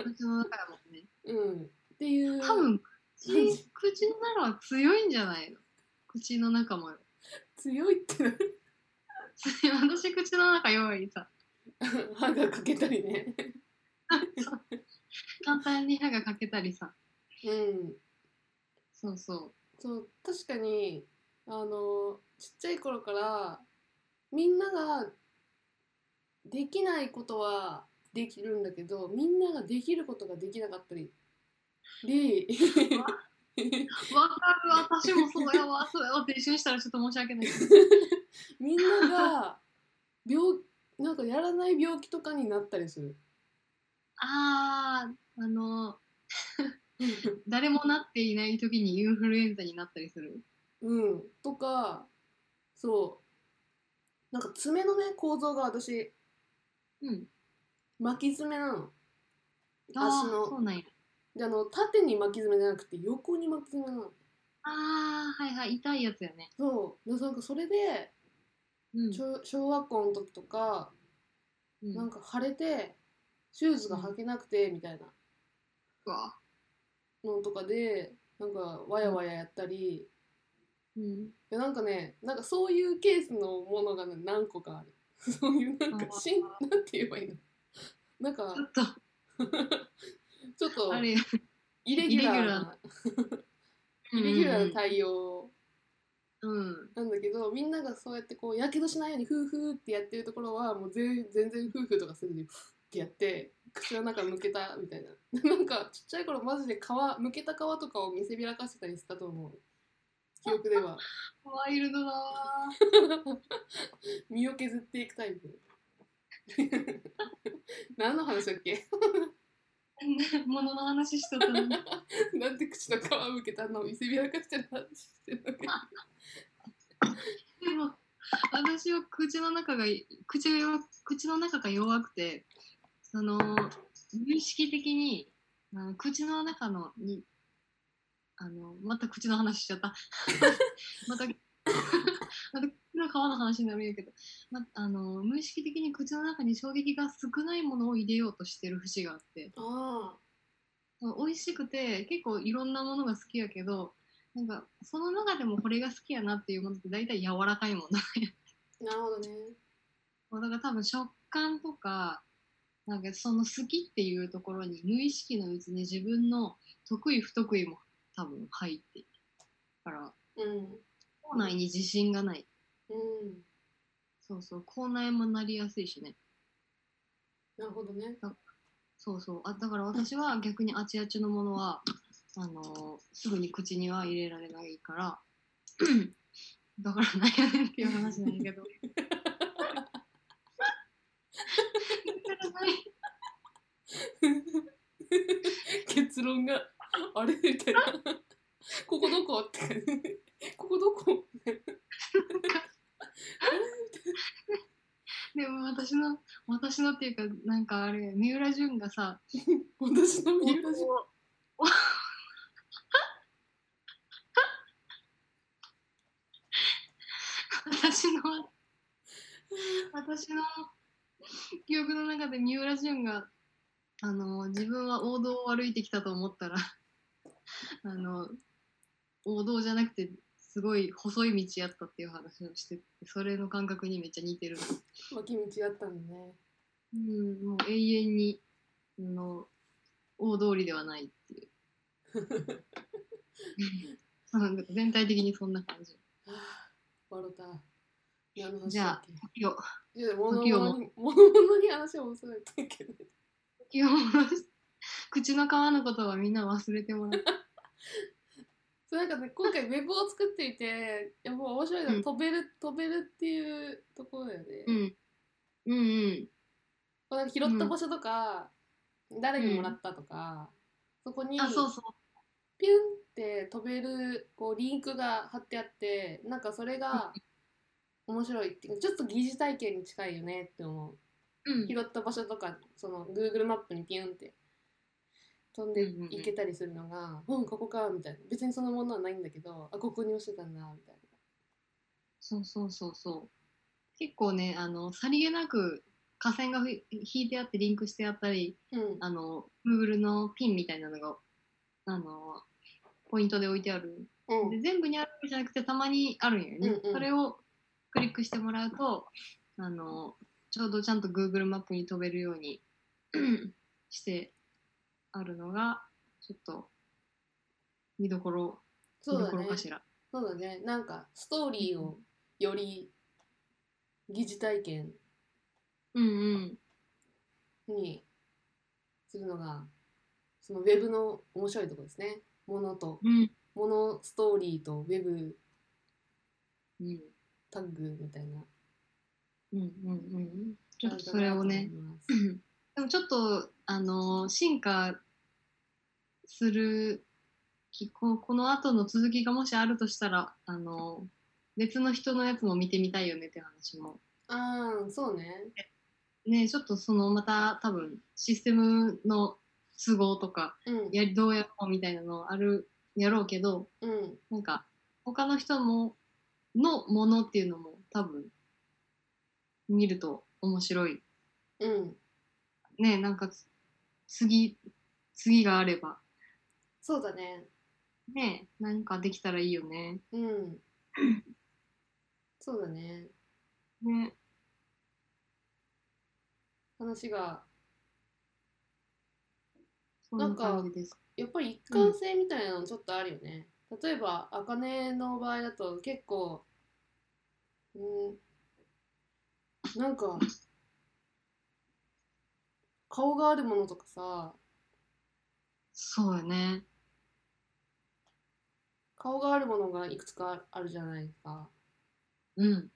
Speaker 2: 口の中だもんね
Speaker 1: うん、っていう
Speaker 2: 多分口口の中は強いんじゃないの口の中も
Speaker 1: 強いってな
Speaker 2: 私口の中弱いさ
Speaker 1: 歯が欠けたりね
Speaker 2: 簡単に歯が欠けたりさ
Speaker 1: うん
Speaker 2: そうそ
Speaker 1: そう確かにあのちっちゃい頃からみんなができないことはできるんだけどみんなができることができなかったりで
Speaker 2: うわかる私もそうやわそうやわって一緒にしたらちょっと申し訳 ないけど
Speaker 1: みんなが病なんかやらない病気とかになったりする。
Speaker 2: あーあの誰もなっていない時にインフルエンザになったりする
Speaker 1: うん、とかそうなんか爪のね構造が私
Speaker 2: うん
Speaker 1: 巻き爪なの。
Speaker 2: あ
Speaker 1: 足
Speaker 2: ー
Speaker 1: の
Speaker 2: そうなんや
Speaker 1: であの縦に巻き爪じゃなくて横に巻き爪なの。
Speaker 2: あああ、はいはい、痛いやつやね。
Speaker 1: そうでなんかそれで
Speaker 2: うん。
Speaker 1: 小小学校の時とか
Speaker 2: うん
Speaker 1: なんか腫れてシューズが履けなくてみたいな
Speaker 2: うわ
Speaker 1: のとかでなんかわやわややったり
Speaker 2: うん。
Speaker 1: でなんかねなんかそういうケースのものが、ね、何個かある そういうなんか
Speaker 2: あー
Speaker 1: しんなんて言えばいいのなんか
Speaker 2: ちょっと、
Speaker 1: ちょっと
Speaker 2: あれ、
Speaker 1: イレギュラーなイレギュラーな
Speaker 2: イ
Speaker 1: 対応
Speaker 2: プ。うん。
Speaker 1: なんだけどみんながそうやってこうやけどしないようにフーフーってやってるところはもう全全然フーフーとかせずにフーってやって口の中向けたみたいな なんかちっちゃい頃マジで皮むけた皮とかを見せびらかしてたりしたと思う記憶では
Speaker 2: ワイルドだわ
Speaker 1: 身を削っていくタイプ 何の話だっけ
Speaker 2: ー。 物の話しとったのに。
Speaker 1: なんで口の皮むけたのを見せびらかしてる話してるのか
Speaker 2: でも私は口の中が口が弱口の中が弱くてその無意識的にあの口の中のにあのまた口の話しちゃった またまた口の皮の話になるんやけど、ま、あの無意識的に口の中に衝撃が少ないものを入れようとしてる節があって
Speaker 1: あ
Speaker 2: 美味しくて結構いろんなものが好きやけどなんかその中でもこれが好きやなっていうものって大体柔らかいもの
Speaker 1: あなるほどね
Speaker 2: だから多分食感とかなんかその好きっていうところに無意識のうちに自分の得意不得意も多分入っているから
Speaker 1: うん
Speaker 2: 口内に自信がない
Speaker 1: うん
Speaker 2: そうそう口内もなりやすいしね
Speaker 1: なるほどね
Speaker 2: そうそうあだから私は逆にあちあちのものはあのーすぐに口には入れられないから だから悩ねんっていう話なん やけど だからなんや
Speaker 1: 結論があれみたいなここどこってここどこ
Speaker 2: でも私の私のっていうかなんかあれ三浦淳がさ
Speaker 1: 私の三浦淳
Speaker 2: おお 私の私の記憶の中で三浦淳があの自分は王道を歩いてきたと思ったら あの王道じゃなくてすごい細い道やったっていう話をしててそれの感覚にめっちゃ似てる。
Speaker 1: 脇道だったんだね
Speaker 2: うん、もう永遠にあの大通りではないっていううんなんか全体的にそんな感じ
Speaker 1: はあ笑った何の話
Speaker 2: じゃ
Speaker 1: だっ
Speaker 2: あ
Speaker 1: け
Speaker 2: 時を
Speaker 1: いや物
Speaker 2: 時を
Speaker 1: 々に物々に話を戻さないといけない
Speaker 2: 時を戻す口の皮のことはみんな忘れてもらって
Speaker 1: そうなんかね今回ウェブを作っていていやもう面白いのは、
Speaker 2: うん
Speaker 1: 飛べる飛べるっていうところだよね、
Speaker 2: うんうんうん
Speaker 1: こうなんか拾った場所とか、誰にもらったとか、そこに
Speaker 2: あそうそう
Speaker 1: ピュンって飛べるこうリンクが貼ってあってなんかそれが面白いっていうかちょっと疑似体験に近いよねって思う
Speaker 2: うん
Speaker 1: 拾った場所とかその Google マップにピュンって飛んでいけたりするのが「うん、ここか」みたいな別にそのものはないんだけど「あここに落ちてたんだ」みたい
Speaker 2: そうそうそうそう結構ねあのさりげなく下線がふ引いてあってリンクしてあったり
Speaker 1: なうん
Speaker 2: あの Google のピンみたいなのがあのポイントで置いてある
Speaker 1: うん
Speaker 2: で全部にあるわけじゃなくてたまにあるんよね、
Speaker 1: うんうん
Speaker 2: それをクリックしてもらうとあのちょうどちゃんと Google マップに飛べるように してあるのがちょっと見どころ見
Speaker 1: そう
Speaker 2: ど
Speaker 1: だ
Speaker 2: ころ
Speaker 1: ね
Speaker 2: かしら
Speaker 1: そうだねなんかストーリーをより疑似体験
Speaker 2: う,、ん
Speaker 1: にするのがそのウェブの面白いところですね。ものと
Speaker 2: うんうん
Speaker 1: ものストーリーとウェブ
Speaker 2: うん
Speaker 1: タッグみたいな。
Speaker 2: うんうんうんちょっとそれをね
Speaker 1: あるかなと思います。
Speaker 2: でもちょっとあの進化するきここの後の続きがもしあるとしたらあの別の人のやつも見てみたいよねって話も
Speaker 1: ああそうね。
Speaker 2: ねちょっとそのまた多分システムの都合とか
Speaker 1: うん。
Speaker 2: やりどうやろうみたいなのあるやろうけど
Speaker 1: うん
Speaker 2: なんか他の人ものものっていうのも多分見ると面白い
Speaker 1: うん
Speaker 2: ねなんかつ次次があれば
Speaker 1: そうだね
Speaker 2: ねなんかできたらいいよね
Speaker 1: うんそうだね
Speaker 2: ね
Speaker 1: 話が
Speaker 2: そん
Speaker 1: な
Speaker 2: なん
Speaker 1: か
Speaker 2: 感じです
Speaker 1: やっぱり一貫性みたいなのちょっとあるよね、例えばあかねの場合だと結構うんなんか顔があるものとかさ
Speaker 2: そうよね
Speaker 1: 顔があるものがいくつかあるじゃないですか
Speaker 2: うん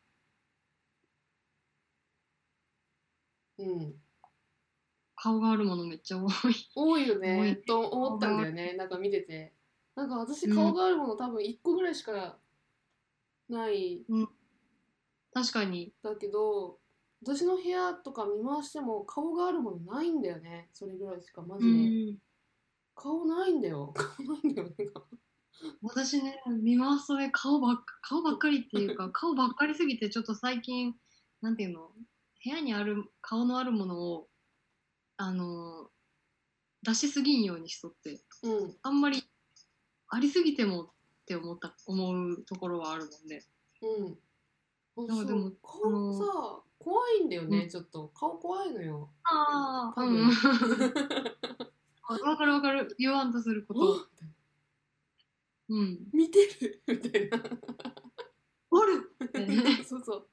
Speaker 1: うん
Speaker 2: 顔があるものめっちゃ多い
Speaker 1: 多いよ
Speaker 2: 多
Speaker 1: ね
Speaker 2: い
Speaker 1: と思ったんだよねなんか見ててなんか私顔があるもの多分1個ぐらいしかない
Speaker 2: 確かに
Speaker 1: だけど私の部屋とか見回しても顔があるものないんだよねそれぐらいしかマジ
Speaker 2: う
Speaker 1: で、
Speaker 2: ん
Speaker 1: 顔ないんだよ顔ないんだよね
Speaker 2: 私ね見回すとね顔ばっか顔ばっかりって いうか顔ばっかりすぎてちょっと最近なんていうの部屋にある顔のあるものをあの出しすぎんようにしとって
Speaker 1: うん
Speaker 2: あんまりありすぎてもって思った思うところはあるもんね
Speaker 1: うん
Speaker 2: なんかでも
Speaker 1: そう顔さ怖いんだよね、
Speaker 2: うん
Speaker 1: ちょっと顔怖いのよ
Speaker 2: あ
Speaker 1: 多
Speaker 2: う
Speaker 1: 分
Speaker 2: んわかるわかる言わんとすること
Speaker 1: あ
Speaker 2: うん
Speaker 1: 見てるみたいな
Speaker 2: おるってね
Speaker 1: そうそう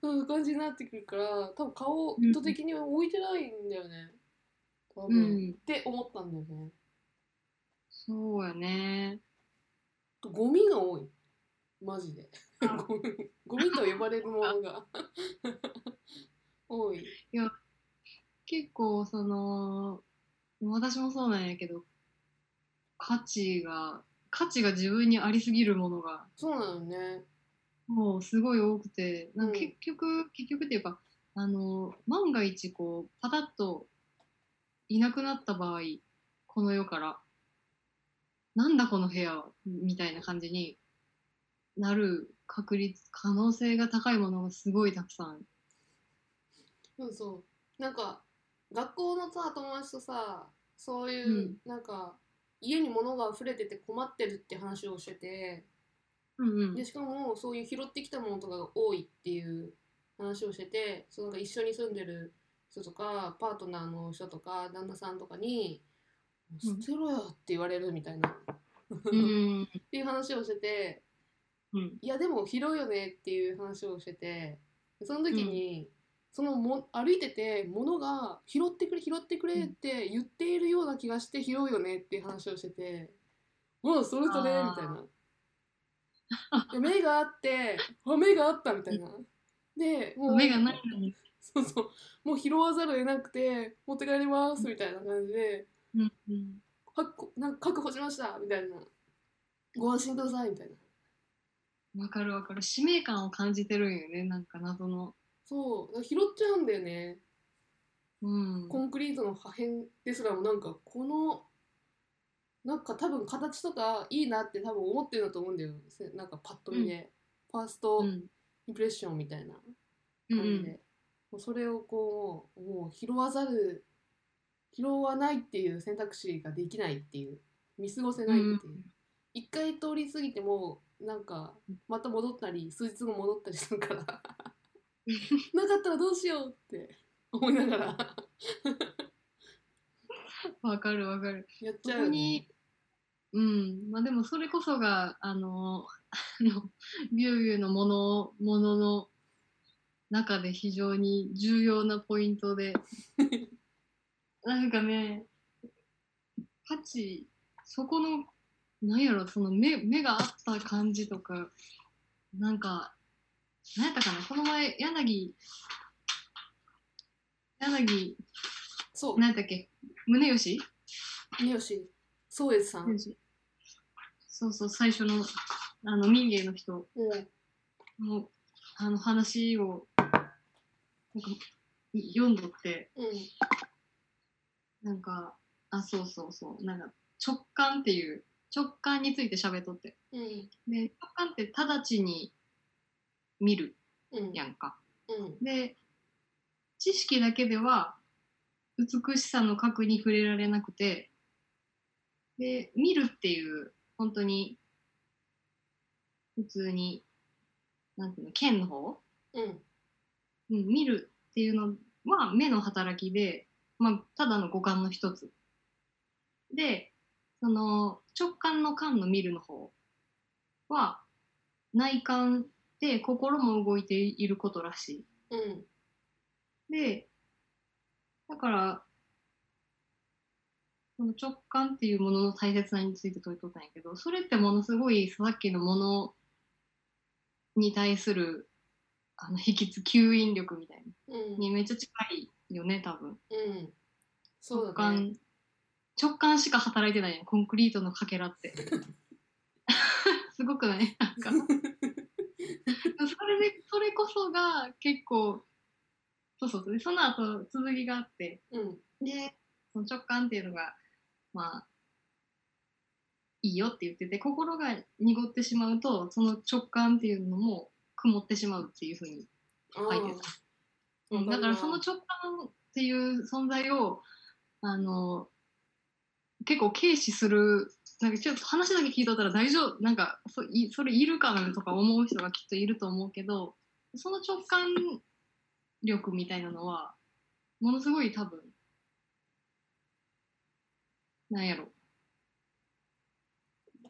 Speaker 1: そういう感じになってくるから多分顔を意図的に置いてないんだよね多分、
Speaker 2: うん
Speaker 1: って思ったんだよね
Speaker 2: そうやね
Speaker 1: ゴミが多いマジで
Speaker 2: あ
Speaker 1: ゴミゴミと呼ばれるものが 多い
Speaker 2: 結構その私もそうなんやけど価値が価値が自分にありすぎるものが
Speaker 1: そうなのね
Speaker 2: もうすごい多くてなんか
Speaker 1: うん
Speaker 2: 結局、結局っていうかあの万が一こうパタッといなくなった場合この世からなんだこの部屋はみたいな感じになる確率可能性が高いものがすごいたくさん
Speaker 1: そうそうなんか学校のさ友達とさそういう、
Speaker 2: うん
Speaker 1: なんか家に物が溢れてて困ってるって話をしてて
Speaker 2: うんうん
Speaker 1: でしかもそういう拾ってきたものとかが多いっていう話をしててそうなんか一緒に住んでる人とかパートナーの人とか旦那さんとかに「
Speaker 2: う
Speaker 1: 捨
Speaker 2: ん
Speaker 1: てろよ」って言われるみたいな。
Speaker 2: うん
Speaker 1: っていう話をしてて
Speaker 2: うん
Speaker 1: いやでも広いよねっていう話をしててその時に、そのも歩いてて物が拾ってくれ拾ってくれって言っているような気がして広いよねっていう話をしててもうそれそれ
Speaker 2: あー
Speaker 1: みたいなで目があってあ目があったみたいなでもう
Speaker 2: 目がないのに
Speaker 1: そうそうもう拾わざるを得なくて持って帰りますみたいな感じで
Speaker 2: うんうん
Speaker 1: はっこなんか確保しましたみたいなご安心くださいみたいな
Speaker 2: わかるわかる使命感を感じてるんよねなんか謎の
Speaker 1: そうだから拾っちゃうんだよね
Speaker 2: うん
Speaker 1: コンクリートの破片ですらもなんかこのなんか多分形とかいいなって多分思ってるんだと思うんだよせなんかパッと見で、ファースト
Speaker 2: うん
Speaker 1: インプレッションみたいな
Speaker 2: うん
Speaker 1: 感じで、もうそれをこうもう拾わざる拾わないっていう選択肢ができないっていう見過ごせないっていう、
Speaker 2: うん
Speaker 1: 一回通り過ぎてもなんかまた戻ったり数日後戻ったりする からなかったらどうしようって思いながら
Speaker 2: わかるわかる
Speaker 1: やっ
Speaker 2: そ
Speaker 1: ちゃう
Speaker 2: こ
Speaker 1: よ
Speaker 2: に
Speaker 1: ね
Speaker 2: うんまあでもそれこそがあのあのビュービューのものものの中で非常に重要なポイン トでなんかね価値そこのなんやろその目目があった感じとかなんかなんやったかなこの前柳柳
Speaker 1: そう
Speaker 2: なんだっけ宗吉
Speaker 1: 三好宗悦さん、
Speaker 2: そうそう最初のあの民芸の人
Speaker 1: うん
Speaker 2: のあの話をなんかい読んどって
Speaker 1: うん
Speaker 2: なんかあそうそうそうなんか直感っていう直感について喋っとって
Speaker 1: うん
Speaker 2: で直感って直ちに見る
Speaker 1: うん
Speaker 2: やんか
Speaker 1: うん
Speaker 2: で知識だけでは美しさの核に触れられなくてで見るっていう本当に普通になんていうの剣の方、
Speaker 1: うん
Speaker 2: うん、見るっていうのは目の働きで、まあ、ただの五感の一つでその直感の感の見るの方は内観で心も動いていることらしい
Speaker 1: うん
Speaker 2: で、だから、その直感っていうものの大切さについて説いとったんやけど、それってものすごいさっきのものに対するあの引きつ吸引力みたい
Speaker 1: うん
Speaker 2: なにめっちゃ近いよね、多分。
Speaker 1: うんそう
Speaker 2: 直
Speaker 1: だね
Speaker 2: 感、直感しか働いてないやん、コンクリートのかけらって。 すごくないなん か。それで、それこそが結構、そうそうそう、でその後続きがあって、
Speaker 1: うん
Speaker 2: で、その直感っていうのが、まあ、いいよって言ってて、心が濁ってしまうと、その直感っていうのも曇ってしまうっていうふうに
Speaker 1: あ
Speaker 2: 書い
Speaker 1: ー
Speaker 2: てた。うんだからその直感っていう存在を、あの、結構軽視する、なんかちょっと話だけ聞いとったら大丈夫、なんかそいそれいるかなとか思う人がきっといると思うけど、その直感力みたいなのは、ものすごい多分、なんやろ。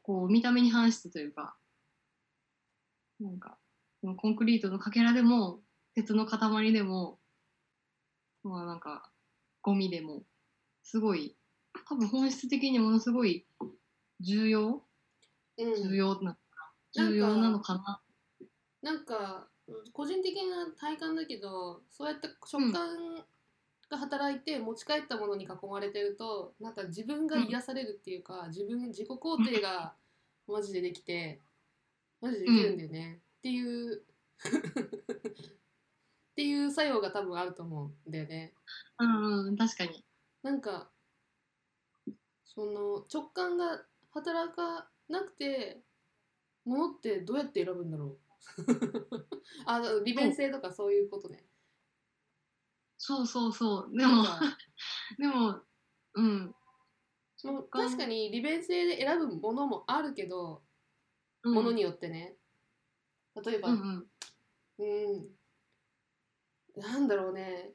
Speaker 2: こう、見た目に反してというか、なんか、このコンクリートのかけらでも、鉄の塊でも、まあなんか、ゴミでも、すごい、多分本質的にものすごい重要
Speaker 1: うん
Speaker 2: 重要な、
Speaker 1: なんか
Speaker 2: 重要なのかな。
Speaker 1: なんかうん個人的な体感だけどそうやって食感が働いて持ち帰ったものに囲まれてるとなんか自分が癒されるっていうか自分自己肯定がマジでできてマジでできるんだよね、っていう っていう作用が多分あると思うんだよね。
Speaker 2: うん、うん、確かに。
Speaker 1: なんかその直感が働かなくて物ってどう やって選ぶんだろうあ利便性とかそういうことね
Speaker 2: そうそうそう。でも
Speaker 1: なん、 か
Speaker 2: でも、うん、
Speaker 1: もう確かに利便性で選ぶものもあるけど、
Speaker 2: うん。
Speaker 1: ものによってね例えば
Speaker 2: うんうん。
Speaker 1: うん、なんだろうね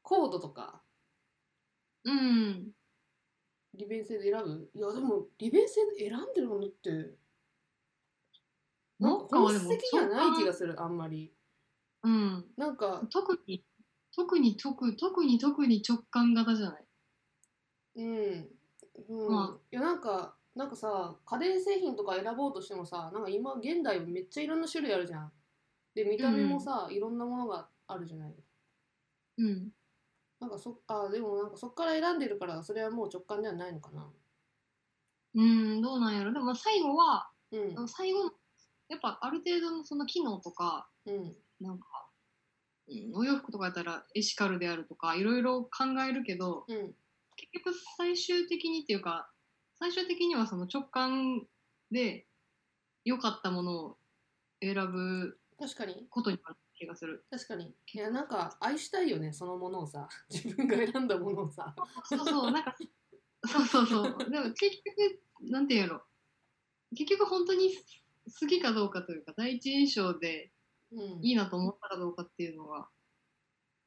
Speaker 1: コードとか
Speaker 2: うん。
Speaker 1: 利便性で選ぶいやでも利便性で選んでるものってなんか本質的じゃない気がするあんまり
Speaker 2: うん。
Speaker 1: なんか
Speaker 2: 特に、特に、特特に、特に直感型じゃない。
Speaker 1: うん、うん
Speaker 2: まあ
Speaker 1: いやなんかなんかさ家電製品とか選ぼうとしてもさなんか今現代めっちゃいろんな種類あるじゃんで見た目もさ、いろんなものがあるじゃない
Speaker 2: うん。
Speaker 1: なんかそあでもなんかそっから選んでるからそれはもう直感ではないのかな
Speaker 2: うん、どうなんやろ。でも最後は、
Speaker 1: うん
Speaker 2: あの最後の、やっぱある程度のその機能とか、
Speaker 1: うん
Speaker 2: なんか、うん、お洋服とかやったらエシカルであるとか、いろいろ考えるけど、
Speaker 1: うん
Speaker 2: 結局最終的にっていうか、最終的にはその直感で良かったものを選ぶ
Speaker 1: 確かに
Speaker 2: ことになる気がする。
Speaker 1: 確かにいやなんか愛したいよねそのものをさ自分が選んだものをさ
Speaker 2: そうそう、なんか、そうそうそう。でも結局、なんて言うんやろ。結局本当に好きかどうかというか、第一印象で
Speaker 1: うん
Speaker 2: いいなと思ったかどうかっていうのは、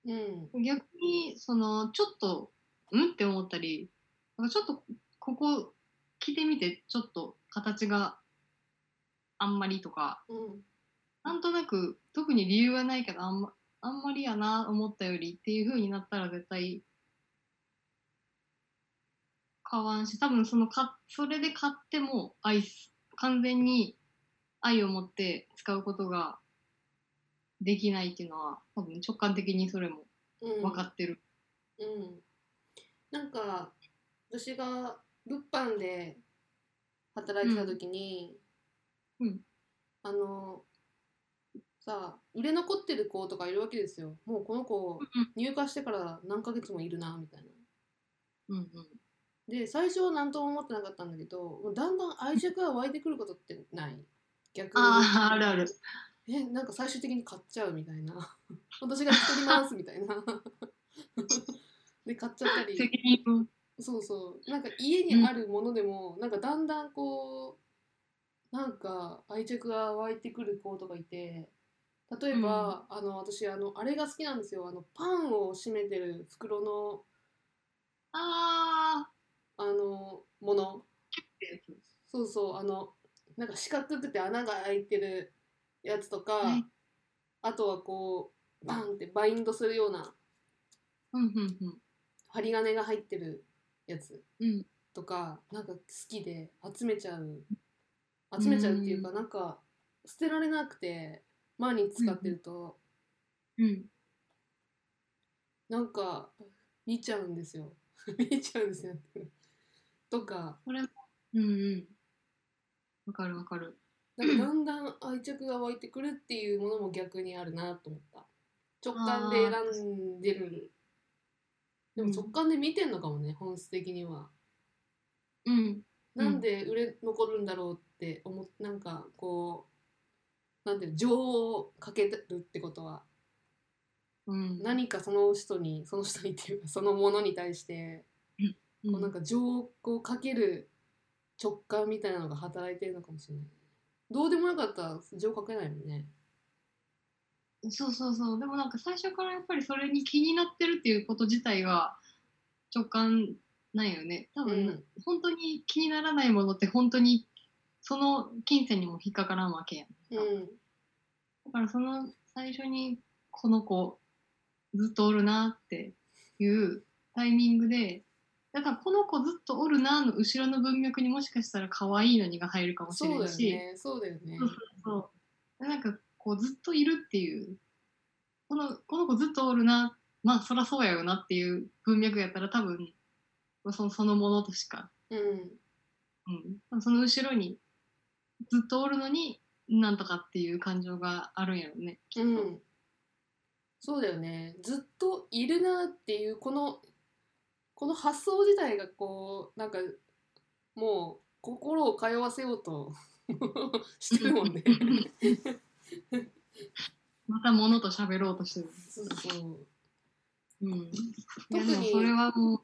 Speaker 1: うん
Speaker 2: 逆に、その、ちょっと、うんって思ったり、なんかちょっと、ここ着てみて、ちょっと形があんまりとか、
Speaker 1: うん
Speaker 2: なんとなく、特に理由はないけど、あんま、あんまりやな、思ったよりっていう風になったら絶対、買わんし、多分そのか、それで買っても愛す、完全に愛を持って使うことができないっていうのは、多分直感的にそれも
Speaker 1: うん
Speaker 2: 分かってる。
Speaker 1: うん、なんか私が物販で働いてた時に、
Speaker 2: うんうん
Speaker 1: あのさ売れ残ってる子とかいるわけですよもうこの子
Speaker 2: うん
Speaker 1: 入荷してから何ヶ月もいるなみたいな
Speaker 2: うんうん
Speaker 1: で最初は何とも思ってなかったんだけどもうだんだん愛着が湧いてくることってない逆に
Speaker 2: ああ、あるある。
Speaker 1: えなんか最終的に買っちゃうみたいな私が作りますみたいな で買っちゃ ったり
Speaker 2: 責任分。
Speaker 1: そうそうなんか家にあるものでも、なんかだんだんこうなんか愛着が湧いてくる子とかいて例えば、あの私あのあれが好きなんですよあのパンを閉めてる袋の
Speaker 2: ああ、
Speaker 1: あのもの
Speaker 2: ってやつ。
Speaker 1: そうそうあのなんか四角くて穴が開いてるやつとか、
Speaker 2: はい
Speaker 1: あとはこうバンってバインドするような
Speaker 2: うんうんうん。
Speaker 1: 針金が入ってるやつ
Speaker 2: うん。
Speaker 1: とかなんか好きで集めちゃう集めちゃうっていうか、なんか捨てられなくて毎日使ってると、
Speaker 2: うん。
Speaker 1: なんか見ちゃうんですよ 見ちゃうんですよとか
Speaker 2: うんうん。わかるわかる。
Speaker 1: なんかだんだん愛着が湧いてくるっていうものも逆にあるなと思った直感で選んでるでも直感で見てんのかもね本質的には
Speaker 2: うん。うん
Speaker 1: なんで売れ残るんだろうって思っなんかこうなんていうの情をかけるってことは
Speaker 2: うん。
Speaker 1: 何かその人にその人にっていうかそのものに対して、
Speaker 2: う
Speaker 1: こうなんか情をかける直感みたいなのが働いてるのかもしれないどうでもよかったら情かけないもんね
Speaker 2: そうそうそうでもなんか最初からやっぱりそれに気になってるっていうこと自体が直感なんよね多分、
Speaker 1: うん
Speaker 2: 本当に気にならないものって本当にその金銭にも引っかからんわけやん
Speaker 1: うん
Speaker 2: だからその最初にこの子ずっとおるなっていうタイミングでだからこの子ずっとおるなの後ろの文脈にもしかしたら可愛いのにが入るかもし
Speaker 1: そ
Speaker 2: れ
Speaker 1: うだ
Speaker 2: ん
Speaker 1: よ
Speaker 2: し、
Speaker 1: ねそうだよね
Speaker 2: そうそうなんかこうずっといるっていうこのこの子ずっとおるなまあそらそうやよなっていう文脈やったら多分そのそのものとしか、
Speaker 1: うん
Speaker 2: うん、その後ろにずっとおるのになんとかっていう感情があるんやろねきっ
Speaker 1: う
Speaker 2: と、
Speaker 1: ん、そうだよねずっといるなっていうこのこの発想自体がこうなんかもう心を通わせようと してるもんね
Speaker 2: またものと喋ろうとしてる、
Speaker 1: そうそう
Speaker 2: うん、いや
Speaker 1: 特に
Speaker 2: でもそれはも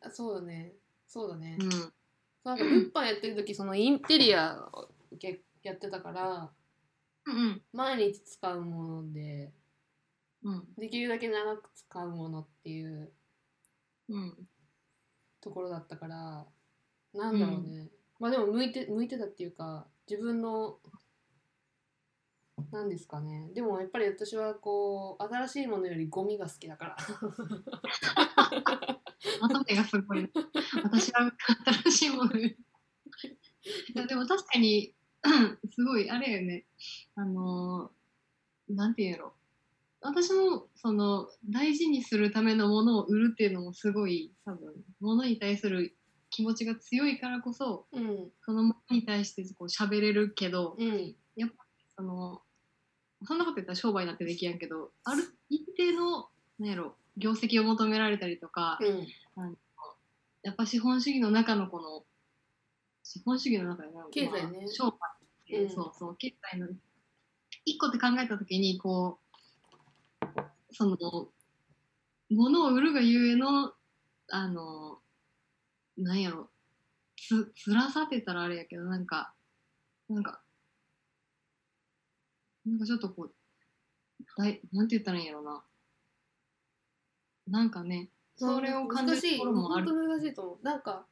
Speaker 1: あそうだねそうだね
Speaker 2: う、、うん、
Speaker 1: なんか物販やってる時そのインテリアをけやってたから
Speaker 2: うん
Speaker 1: 毎日使うもので
Speaker 2: うん
Speaker 1: できるだけ長く使うものっていう
Speaker 2: うん
Speaker 1: ところだったからなんだろうね、まあでも向いて向いてたっていうか自分のなんですかねでもやっぱり私はこう新しいものよりゴミが好きだから
Speaker 2: まとめがすごいな。私は新しいものよりいやでも確かにすごいあれよねあのーなんて言うんやろ私もその大事にするためのものを売るっていうのもすごい多分ものに対する気持ちが強いからこそ
Speaker 1: うん
Speaker 2: そのものに対してこう喋れるけど
Speaker 1: うん
Speaker 2: そのそんなこと言ったら商売なんてできやんけどある一定のなんやろ業績を求められたりとか、
Speaker 1: うん
Speaker 2: やっぱ資本主義の中のこの資本主義の中でなんか
Speaker 1: 経済ね
Speaker 2: まあ商売って、
Speaker 1: うん
Speaker 2: そうそう経済の一個って考えた時にこうその物を売るがゆえのあのなんやろつ辛さって言ったらあれやけどなんかなんかなんかちょっとこうだいなんて言ったらいいんやろななんかねそれを感じるところもある
Speaker 1: 難しい本当難しいと思うなんか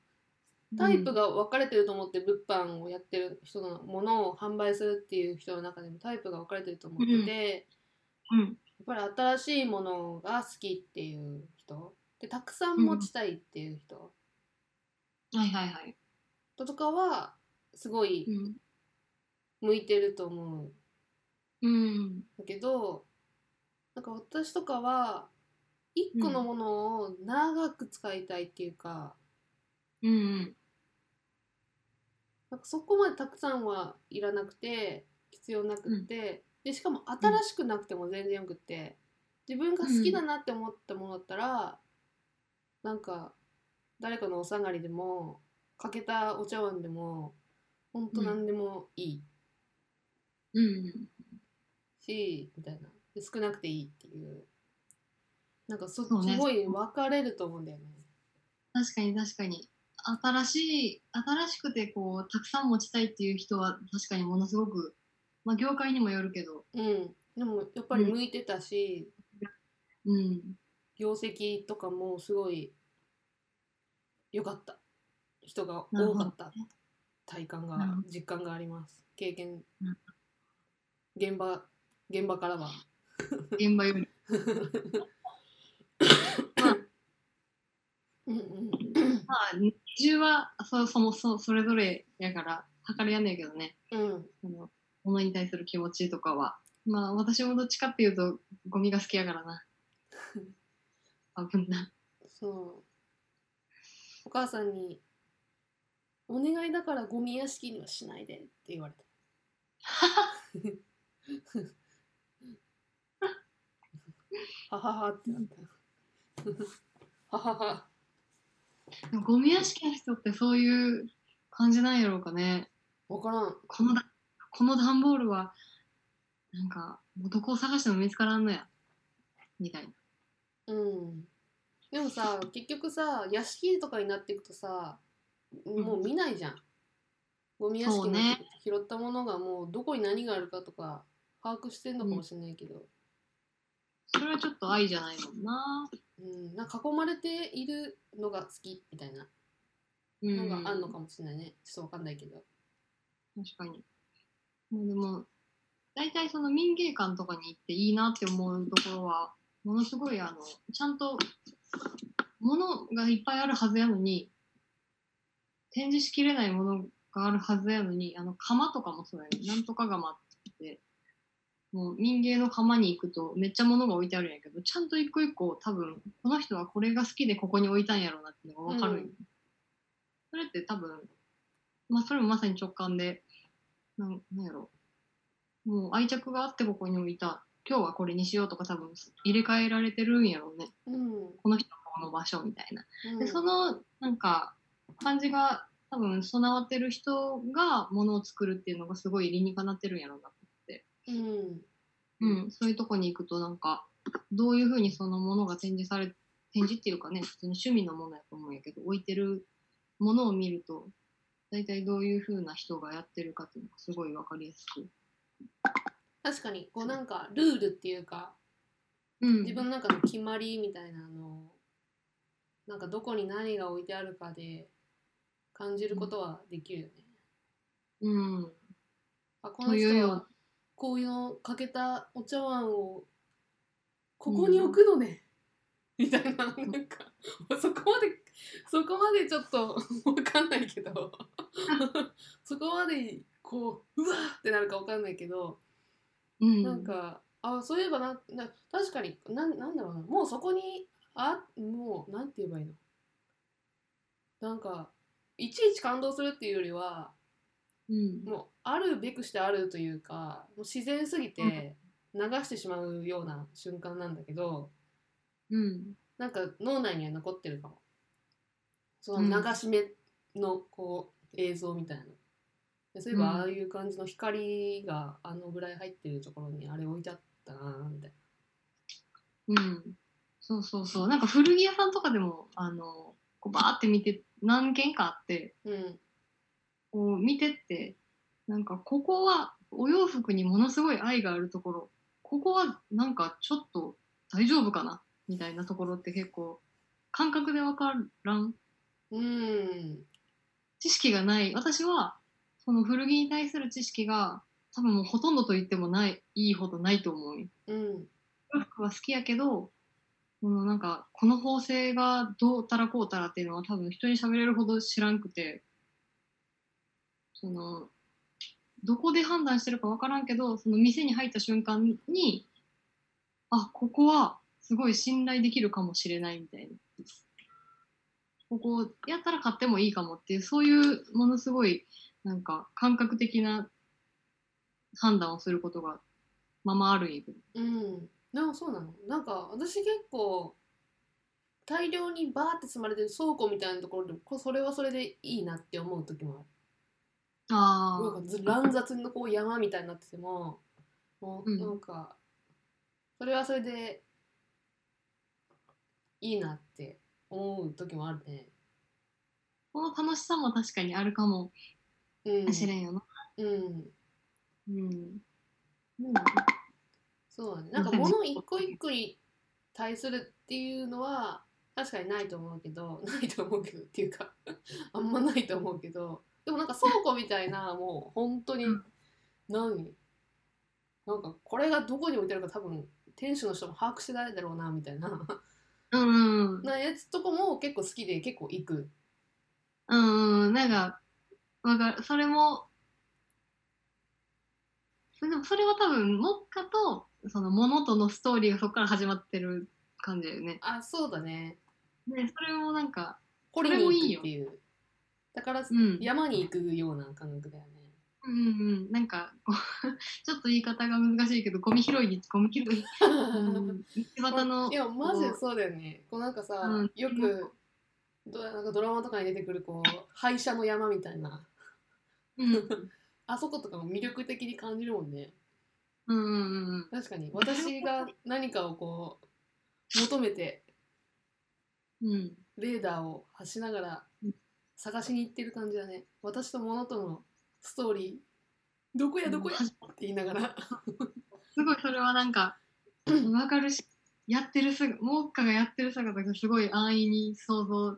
Speaker 1: タイプが分かれてると思って物販をやってる人のものを販売するっていう人の中でもタイプが分かれてると思ってて、
Speaker 2: うん、
Speaker 1: やっぱり新しいものが好きっていう人でたくさん持ちたいっていう人
Speaker 2: はいはいはい。
Speaker 1: とかはすごい
Speaker 2: ん。
Speaker 1: 向いてると思うん
Speaker 2: うん。
Speaker 1: だけどなんか私とかは一個のものを長く使いたいっていうか,、
Speaker 2: うん。
Speaker 1: なんかそこまでたくさんはいらなくて必要なくって、でしかも新しくなくても全然よくって自分が好きだなって思ったものだったら、なんか誰かのお下がりでもかけたお茶碗でもほんと何でもいい
Speaker 2: うんうん。
Speaker 1: し、みたいなで少なくていいっていうなんかそ
Speaker 2: そうね
Speaker 1: すごい分かれると思うんだよね。
Speaker 2: 確かに確かに。新しい、新しくてこう、たくさん持ちたいっていう人は確かにものすごく、まあ業界にもよるけど、
Speaker 1: うん、でもやっぱり向いてたし、
Speaker 2: うん。
Speaker 1: 業績とかもすごい良かった人が
Speaker 2: なる
Speaker 1: 多
Speaker 2: ほ
Speaker 1: か
Speaker 2: ど
Speaker 1: った体感が
Speaker 2: なるほ
Speaker 1: 実感があります経験
Speaker 2: うん
Speaker 1: 現場現場からは
Speaker 2: 現場より。
Speaker 1: うんうん
Speaker 2: まあ、日中はそそもそもそれぞれやから、測りやねんけどね、
Speaker 1: うん
Speaker 2: その、ものに対する気持ちとかは。まあ、私もどっちかっていうと、ゴミが好きやから な。危んな。
Speaker 1: そうお母さんに「お願いだからゴミ屋敷にはしないで」って言われたはははってなったははは
Speaker 2: でもゴミ屋敷の人ってそういう感じなんやろうかね。
Speaker 1: 分からん
Speaker 2: このだこの段ボールはなんかもうどこを探しても見つからんのやみたいな
Speaker 1: うんでもさ結局さ屋敷とかになっていくとさもう見ないじゃん、ゴミ屋敷
Speaker 2: そう
Speaker 1: になっ
Speaker 2: ね
Speaker 1: てくと拾ったものがもうどこに何があるかとか把握してんのかもしれないけど、
Speaker 2: それはちょっと愛じゃないもんな
Speaker 1: うん、なんか囲まれているのが好きみたいな
Speaker 2: う
Speaker 1: のがあるのかもしれないね、ちょっとわかんないけど
Speaker 2: 確かにもうでも大体その民芸館とかに行っていいなって思うところはものすごいあのちゃんと物がいっぱいあるはずやのに展示しきれないものがあるはずやのにあの釜とかもそうやねなんとか釜ってもう民芸の釜に行くとめっちゃ物が置いてあるんやけどちゃんと一個一個多分この人はこれが好きでここに置いたんやろうなっていうのが分かるんよ、
Speaker 1: うん
Speaker 2: それって多分まあそれもまさに直感でなんなんやろもう愛着があってここに置いた今日はこれにしようとか多分入れ替えられてるんやろうね
Speaker 1: うん、
Speaker 2: この人はこの場所みたいな
Speaker 1: うん
Speaker 2: でそのなんか感じが多分備わってる人がものを作るっていうのがすごい理にかなってるんやろうな、
Speaker 1: うん
Speaker 2: うん、そういうとこに行くとなんかどういうふうにそのものが展示され展示っていうかね普通に趣味のものやと思うんやけど置いてるものを見ると大体どういうふうな人がやってるかっていうのがすごい分かりやすく、
Speaker 1: 確かにこうなんかルールっていうか
Speaker 2: うん、
Speaker 1: 自分の中の決まりみたいなのをなんかどこに何が置いてあるかで感じることはできるよね。
Speaker 2: うん
Speaker 1: あこの
Speaker 2: そういう
Speaker 1: 人
Speaker 2: よ
Speaker 1: はこういうのかけたお茶碗をここに置くのね、みたいななんかそこまでそこまでちょっとわかんないけどそこまでこううわーってなるかわかんないけど
Speaker 2: うん
Speaker 1: なんかあそういえばなな確かになんなんだろうなもうそこにあもうなんて言えばいいのなんかいちいち感動するっていうよりは
Speaker 2: うん
Speaker 1: もうあるべくしてあるというかもう自然すぎて流してしまうような瞬間なんだけど
Speaker 2: うん
Speaker 1: なんか脳内には残ってるかもそうの
Speaker 2: ん
Speaker 1: 流し目のこう映像みたいなでそういえ
Speaker 2: う
Speaker 1: ば
Speaker 2: ん
Speaker 1: ああいう感じの光があのぐらい入ってるところにあれ置いてあったなみたいな。
Speaker 2: うん、そうそうそうなんか古着屋さんとかでもあのこうバーって見て何軒かあって
Speaker 1: うん、
Speaker 2: こう見てってなんかここはお洋服にものすごい愛があるところここはなんかちょっと大丈夫かなみたいなところって結構感覚で分からん
Speaker 1: うん、
Speaker 2: 知識がない私はその古着に対する知識が多分もうほとんどと言ってもないいいほどないと思うよ
Speaker 1: うん、
Speaker 2: 洋服は好きやけど、このなんか、この縫製がどうたらこうたらっていうのは多分人に喋れるほど知らんくて、その、どこで判断してるかわからんけど、その店に入った瞬間に、あ、ここはすごい信頼できるかもしれないみたいな。ここやったら買ってもいいかもっていう、そういうものすごい、なんか感覚的な判断をすることが、ままある意味。
Speaker 1: うん、でもそうなの。なんか私結構大量にバーって積まれてる倉庫みたいなところでもこそれはそれでいいなって思う時もある
Speaker 2: あ
Speaker 1: なんかず乱雑のこう山みたいになっててももう
Speaker 2: うん
Speaker 1: なんか、それはそれでいいなって思う時もあるね。
Speaker 2: この楽しさも確かにあるかも
Speaker 1: うん、
Speaker 2: しれんよな。
Speaker 1: うん
Speaker 2: うん。
Speaker 1: うん、そうだねなんか物一個一個に対するっていうのは確かにないと思うけど ないと思うけどっていうか あんまないと思うけどでもなんか倉庫みたいなもう本当に
Speaker 2: うん
Speaker 1: 何なんかこれがどこに置いてあるか多分店主の人も把握してないだろうなみたいな
Speaker 2: うんうん。
Speaker 1: なやつとこも結構好きで結構行く。
Speaker 2: うんうん。なんか、わかる。それも、それでもそれは多分、目下と、その物とのストーリーがそこから始まってる感じだよね。
Speaker 1: あそうだね
Speaker 2: ね、それもなんか、
Speaker 1: これに行くっていうだから
Speaker 2: うん
Speaker 1: 山に行くような感覚だよね。
Speaker 2: うんうんうん、なんかこう ちょっと言い方が難しいけどゴミ拾いにゴミ 拾い、うん、道端の
Speaker 1: いやマジでそうだよねこうなんかさ、
Speaker 2: うん
Speaker 1: よくどなんかドラマとかに出てくるこう廃車の山みたいな
Speaker 2: うん
Speaker 1: あそことかも魅力的に感じるもんね
Speaker 2: うんうんうんうん
Speaker 1: 確かに私が何かをこう求めて
Speaker 2: うん
Speaker 1: レーダーを発しながら探しに行ってる感じだね私と物とのストーリーどこやどこやって言いながら
Speaker 2: すごいそれはなんか分かるしやってる姿モッカがやってる姿がすごい安易に想像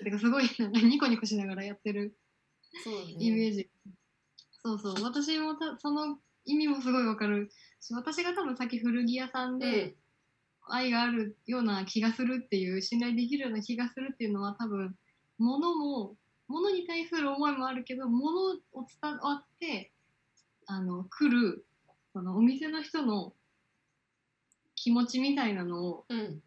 Speaker 2: てかすごいなんかニコニコしながらやってる
Speaker 1: そうだ
Speaker 2: イメ
Speaker 1: ね
Speaker 2: ージ、そうそう私もたその意味もすごい分かるし私が多分さっき古着屋さんで、
Speaker 1: で
Speaker 2: 愛があるような気がするっていう信頼できるような気がするっていうのは多分物も物に対する思いもあるけど物を伝わってあの来るそのお店の人の気持ちみたいなのを
Speaker 1: うん
Speaker 2: 受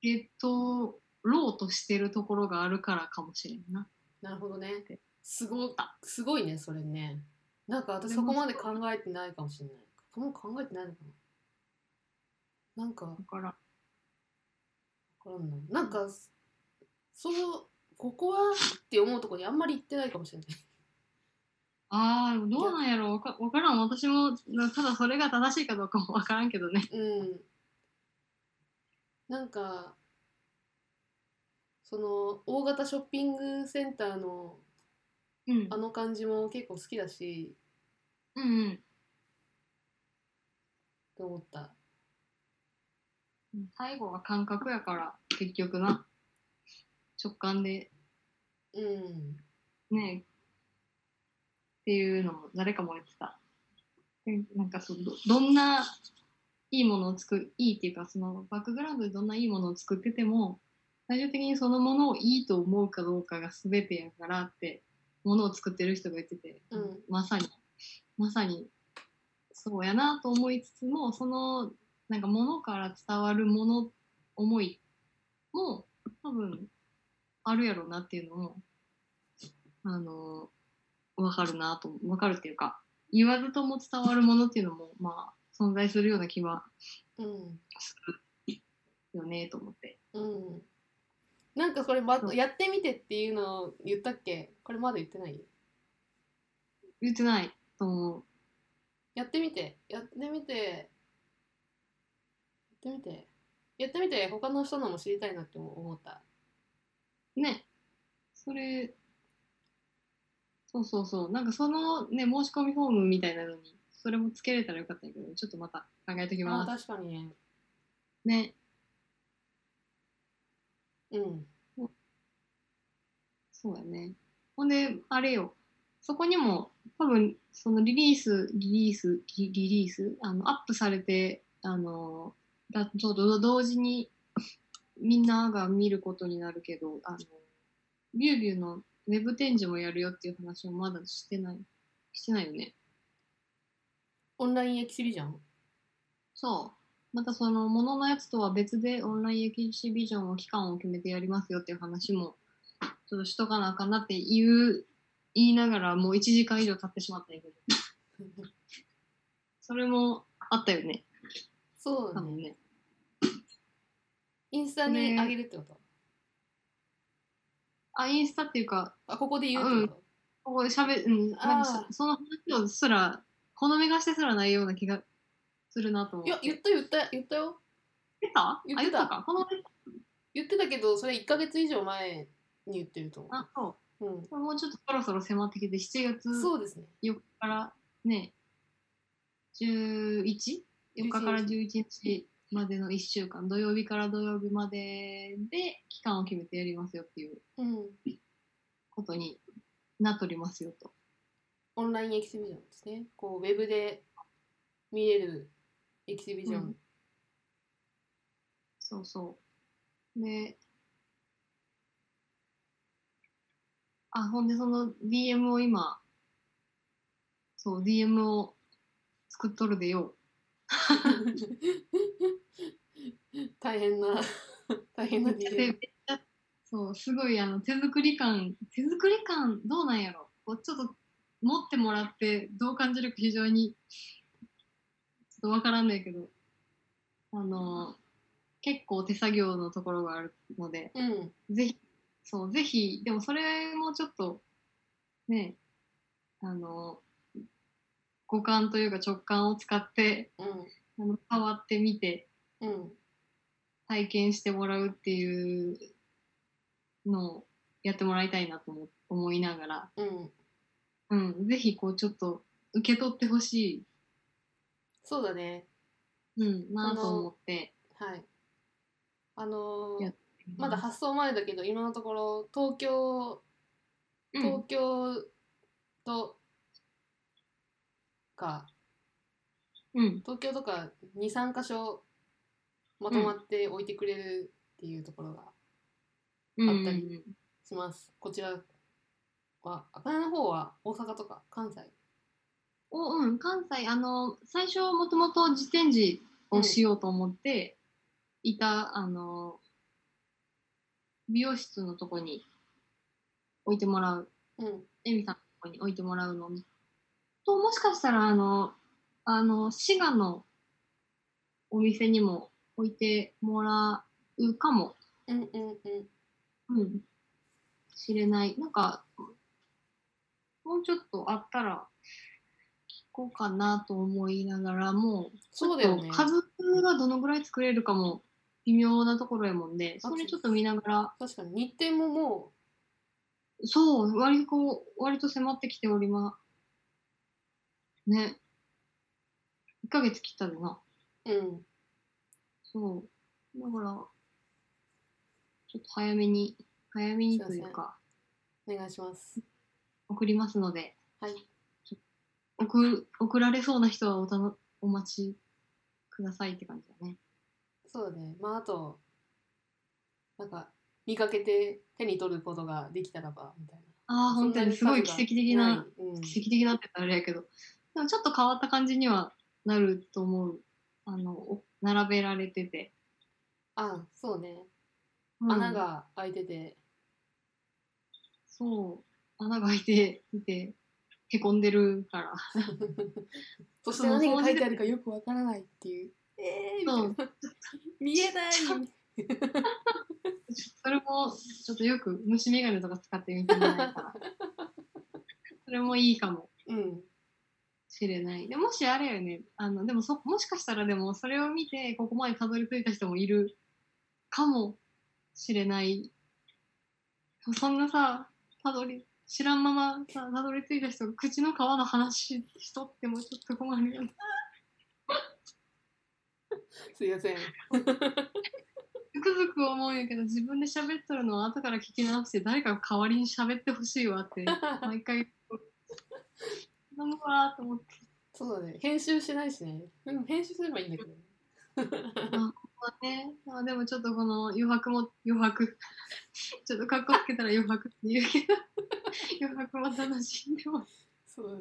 Speaker 2: け取ろうとしてるところがあるからかもしれんな。
Speaker 1: なるほどねすごすごいねそれねなんか私
Speaker 2: で
Speaker 1: そ
Speaker 2: も
Speaker 1: こまで考えてないかもしれないもう考えてないのかななんか
Speaker 2: だから
Speaker 1: 分からんななんかそうここはって思うとこにあんまり行ってないかもしれない
Speaker 2: ああどうなんやろわかわからん私もなただそれが正しいかどうかもわからんけどね。
Speaker 1: うんなんかその大型ショッピングセンターの
Speaker 2: うん
Speaker 1: あの感じも結構好きだし
Speaker 2: うんうん
Speaker 1: と思った
Speaker 2: うん最後は感覚やから結局な直感で
Speaker 1: うん
Speaker 2: ねっていうのも誰かも言ってたでなんかそうどどんないいものを作るいいっていうかそのバックグラウンドでどんないいものを作ってても最終的にそのものをいいと思うかどうかが全てやからってものを作ってる人が言ってて、
Speaker 1: うん
Speaker 2: まさにまさにそうやなと思いつつもそのなんか物から伝わるもの思いも多分あるやろうなっていうのもあのわかるなとわかるっていうか言わずとも伝わるものっていうのもまあ存在するような気は
Speaker 1: うん
Speaker 2: するよねと思って
Speaker 1: うんなんかこれ、ま
Speaker 2: そ、う
Speaker 1: やってみてっていうのを言ったっけこれまだ言ってない
Speaker 2: 言ってないと思う
Speaker 1: やってみてやってみてやってみてやってみて他の人のも知りたいなって思った
Speaker 2: ねそれそうそうそうなんかそのね申し込みフォームみたいなのにそれもつけれたらよかったんやけどちょっとまた考えとき
Speaker 1: あー
Speaker 2: ます
Speaker 1: 確かにね
Speaker 2: ね
Speaker 1: うん
Speaker 2: そうやねほんであれよそこにも多分そのリリースリリースリリリースあのアップされてあのだとと同時にみんなが見ることになるけどあのビュービューのウェブ展示もやるよっていう話をまだしてないしてないよね
Speaker 1: オンラインエキシビジョン
Speaker 2: そう。またそのもののやつとは別でオンラインエキシビジョンを期間を決めてやりますよっていう話もちょっとしとかなあかんなって言う言いながらもう1時間以上経ってしまったんやけど それもあったよね
Speaker 1: そう
Speaker 2: 多
Speaker 1: だ
Speaker 2: 分
Speaker 1: ね
Speaker 2: ね
Speaker 1: インスタにあげるってこと、
Speaker 2: あ、インスタっていうか、
Speaker 1: あここで言うってこ
Speaker 2: ここで喋る、うん、なんかそその話をすら、この目がしてすらないような気がするなと思
Speaker 1: と、
Speaker 2: って。
Speaker 1: いや言った言った言ったよ
Speaker 2: 言ったあ
Speaker 1: 言
Speaker 2: 言
Speaker 1: って
Speaker 2: ったたか。この目
Speaker 1: 言ってたけどそれ1ヶ月以上前に言ってると思、
Speaker 2: あ、そう
Speaker 1: うん、
Speaker 2: う。もうちょっとそろそろ迫ってきて、7月
Speaker 1: そうですね
Speaker 2: 4日からね、11?4 日から11日までの1週間、土曜日から土曜日までで、期間を決めてやりますよっていう
Speaker 1: うん
Speaker 2: ことになっておりますよと。
Speaker 1: オンラインエキシビジョンですねこうウェブで見れるエキシビジョン、
Speaker 2: うんそうそう。で、あ、ほんでその DM を今、そう、DM を作っとるでよ。
Speaker 1: 大変な 大変な
Speaker 2: めっちゃ
Speaker 1: DM
Speaker 2: めっちゃそう、すごいあの手作り感、手作り感どうなんやろこうちょっと持ってもらってどう感じるか非常にちょっとわからんねんけど、あの、結構手作業のところがあるので、
Speaker 1: うん
Speaker 2: ぜひ、そう、ぜひ、でもそれもちょっと、ね、あの、五感というか直感を使って、
Speaker 1: う
Speaker 2: あの変わってみて、
Speaker 1: んうん
Speaker 2: 体験してもらうっていうのをやってもらいたいなと思思いながら、
Speaker 1: うん
Speaker 2: うん、ぜひ、こう、ちょっと、受け取ってほし
Speaker 1: そうだね
Speaker 2: い、うん、な
Speaker 1: その
Speaker 2: と思って、
Speaker 1: はいあの
Speaker 2: い
Speaker 1: ー
Speaker 2: や、
Speaker 1: まだ発送前だけど今のところ東京
Speaker 2: うん、
Speaker 1: 東京とか、
Speaker 2: うん、
Speaker 1: 東京とか23箇所まとまって置いてくれるっていうところが
Speaker 2: うん、
Speaker 1: あったりします、こちらはあかねの方は大阪とか関西
Speaker 2: おうん、関西、あの、最初もともと自転時をしようと思っていた、あの、美容室のとこに置いてもらう、
Speaker 1: うん
Speaker 2: エミさんのとこに置いてもらうのと、もしかしたら、あの、あの、滋賀のお店にも置いてもらうかも、
Speaker 1: うんうんうん
Speaker 2: うん、知れない。なんか、もうちょっとあったら、聞こうかなと思いながらも、
Speaker 1: そうだよね
Speaker 2: ちょっと数がどのぐらい作れるかも微妙なところやもんで、それちょっと見ながら、
Speaker 1: 確かに日程もも
Speaker 2: そう、割とこう、割と迫ってきております。ね。1ヶ月切ったでな。
Speaker 1: ううん
Speaker 2: そう。だから、ちょっと早めに、早めにという
Speaker 1: すい
Speaker 2: か、
Speaker 1: お願いします
Speaker 2: 送りますので、
Speaker 1: はい
Speaker 2: 送送られそうな人はおたのお待ちくださいって感じだね。
Speaker 1: そうだねまああとなんか見かけて手に取ることができたらばみたいな
Speaker 2: ああ、本当にすごい奇跡的な、
Speaker 1: そんに数がいうん、
Speaker 2: 奇跡的なって言ったらあれやけど、でもちょっと変わった感じにはなると思う。あの、お並べられてて。
Speaker 1: あそうね穴
Speaker 2: うん。
Speaker 1: が開いてて、
Speaker 2: そう。穴が開いていて、へこんでるから。
Speaker 1: そして何が書いてあるかよくわからないっていうえー、
Speaker 2: そう
Speaker 1: みたいな見えない
Speaker 2: それも、ちょっとよく虫眼鏡とか使ってみてもらえたら。それもいいかも。
Speaker 1: うん
Speaker 2: しれない。でもしあれよね、あのでもそもしかしたらでもそれを見てここまでたどり着いた人もいるかもしれない。そんなさ、たどり知らんままさたどり着いた人が口の皮の話しとってもちょっと困るよね。
Speaker 1: すいません
Speaker 2: ずくずく思うんやけど自分で喋っとるのは後から聞き直して誰かが代わりに喋ってほしいわって毎回。頼むわーと思って。
Speaker 1: そうだね編集しないしねうん編集すればいいんだけどね
Speaker 2: まあね、まあでもちょっとこの余白も余白ちょっとかっこつけたら余白って言うけど余白も楽しんでも、
Speaker 1: そうだね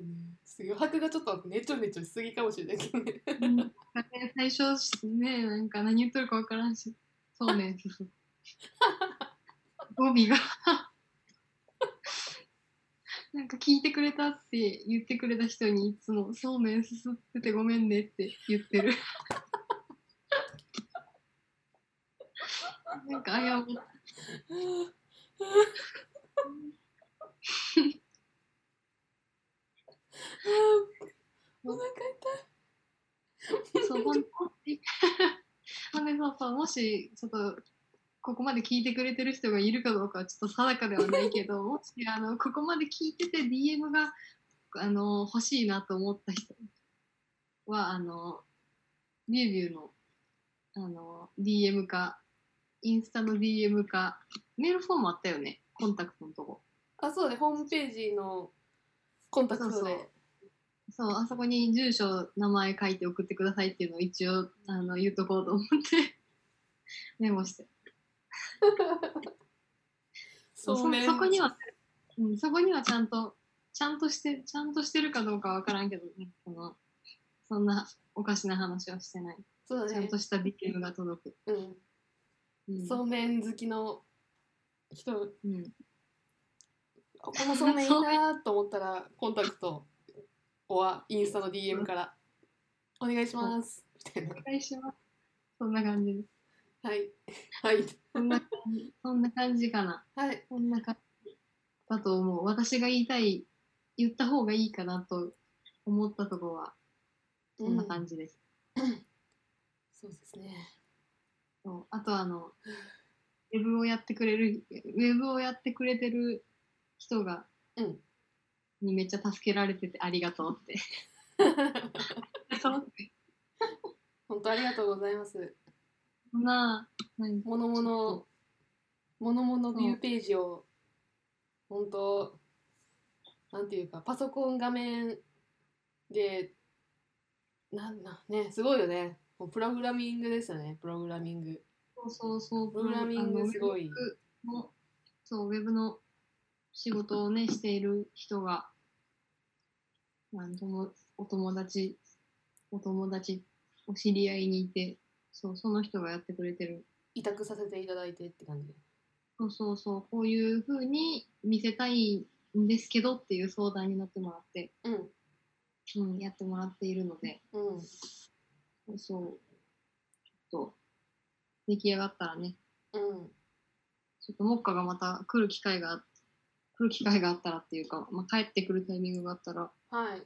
Speaker 1: ちょっと余白がちょっとねちょねちょしすぎかもしれないけどね
Speaker 2: うんなんかね、最初ねなんか何言っとるか分からんしそうねそうそう語尾がなんか聞いてくれたって言ってくれた人にいつも「そうめんすすっててごめんね」って言ってるなんか危う
Speaker 1: お腹
Speaker 2: そう、ほん ほんでそうそう、もし、ちょっと、ここまで聞いてくれてる人がいるかどうかはちょっと定かではないけど、もし、あの、ここまで聞いてて DM が、あの、欲しいなと思った人は、あの、ビュービューの、あの、DM か、インスタの DM か、メールフォームあったよね、コンタクトのとこ。
Speaker 1: 痛いあそうねホームページのコンタクト
Speaker 2: そうそ
Speaker 1: で
Speaker 2: うそう、あそこに住所、名前書いて送ってくださいっていうのを一応あの言っとこうと思って メモして。そうそ
Speaker 1: ね
Speaker 2: そこには、うん、そこにはちゃんと、ちゃんとして、ちゃんとしてるかどうかわからんけど、うんその、そんなおかしな話はしてない。
Speaker 1: そう
Speaker 2: ち
Speaker 1: だ
Speaker 2: ゃん
Speaker 1: ね
Speaker 2: とした DM が届く。
Speaker 1: うん
Speaker 2: うん、
Speaker 1: そうめん好きの人
Speaker 2: うん。
Speaker 1: このそうめんいいなと思ったらコンタクトはインスタの DM からお願いしますみたいな
Speaker 2: お願いします。そんな感じです。
Speaker 1: はいはい
Speaker 2: そんな感 じ、そんな感じかな。
Speaker 1: はい
Speaker 2: こんな感じだと思う。私が言いたい、言った方がいいかなと思ったところは、そんな
Speaker 1: じ
Speaker 2: 感じです。
Speaker 1: そうですね
Speaker 2: そうあとあの、ウェブをやってくれる、ウェブをやってくれてる人が、
Speaker 1: うん
Speaker 2: にめっちゃ助けられててありがとうって。そう
Speaker 1: 本当ありがとうございます
Speaker 2: そんな、何
Speaker 1: ものものものものビューページを本当なんていうかパソコン画面でなんだねすごいよねもうプログラミングですよねプログラミング
Speaker 2: そうそうそう、
Speaker 1: プログラミングすごい
Speaker 2: あのウェブのそう、ウェブの仕事をね、している人が、なんとも、お友達、お友達、お知り合いにいて、そう、その人がやってくれてる。
Speaker 1: 委託させていただいてって感じ
Speaker 2: そうそうそう、こういう風に見せたいんですけどっていう相談になってもらって、
Speaker 1: うん
Speaker 2: うん、やってもらっているので、
Speaker 1: うん
Speaker 2: そう、ちょっと、出来上がったらね、
Speaker 1: うん
Speaker 2: ちょっと目下がまた来る機会が、来る機会があったらっていうか、まあ、帰ってくるタイミングがあったら、
Speaker 1: はい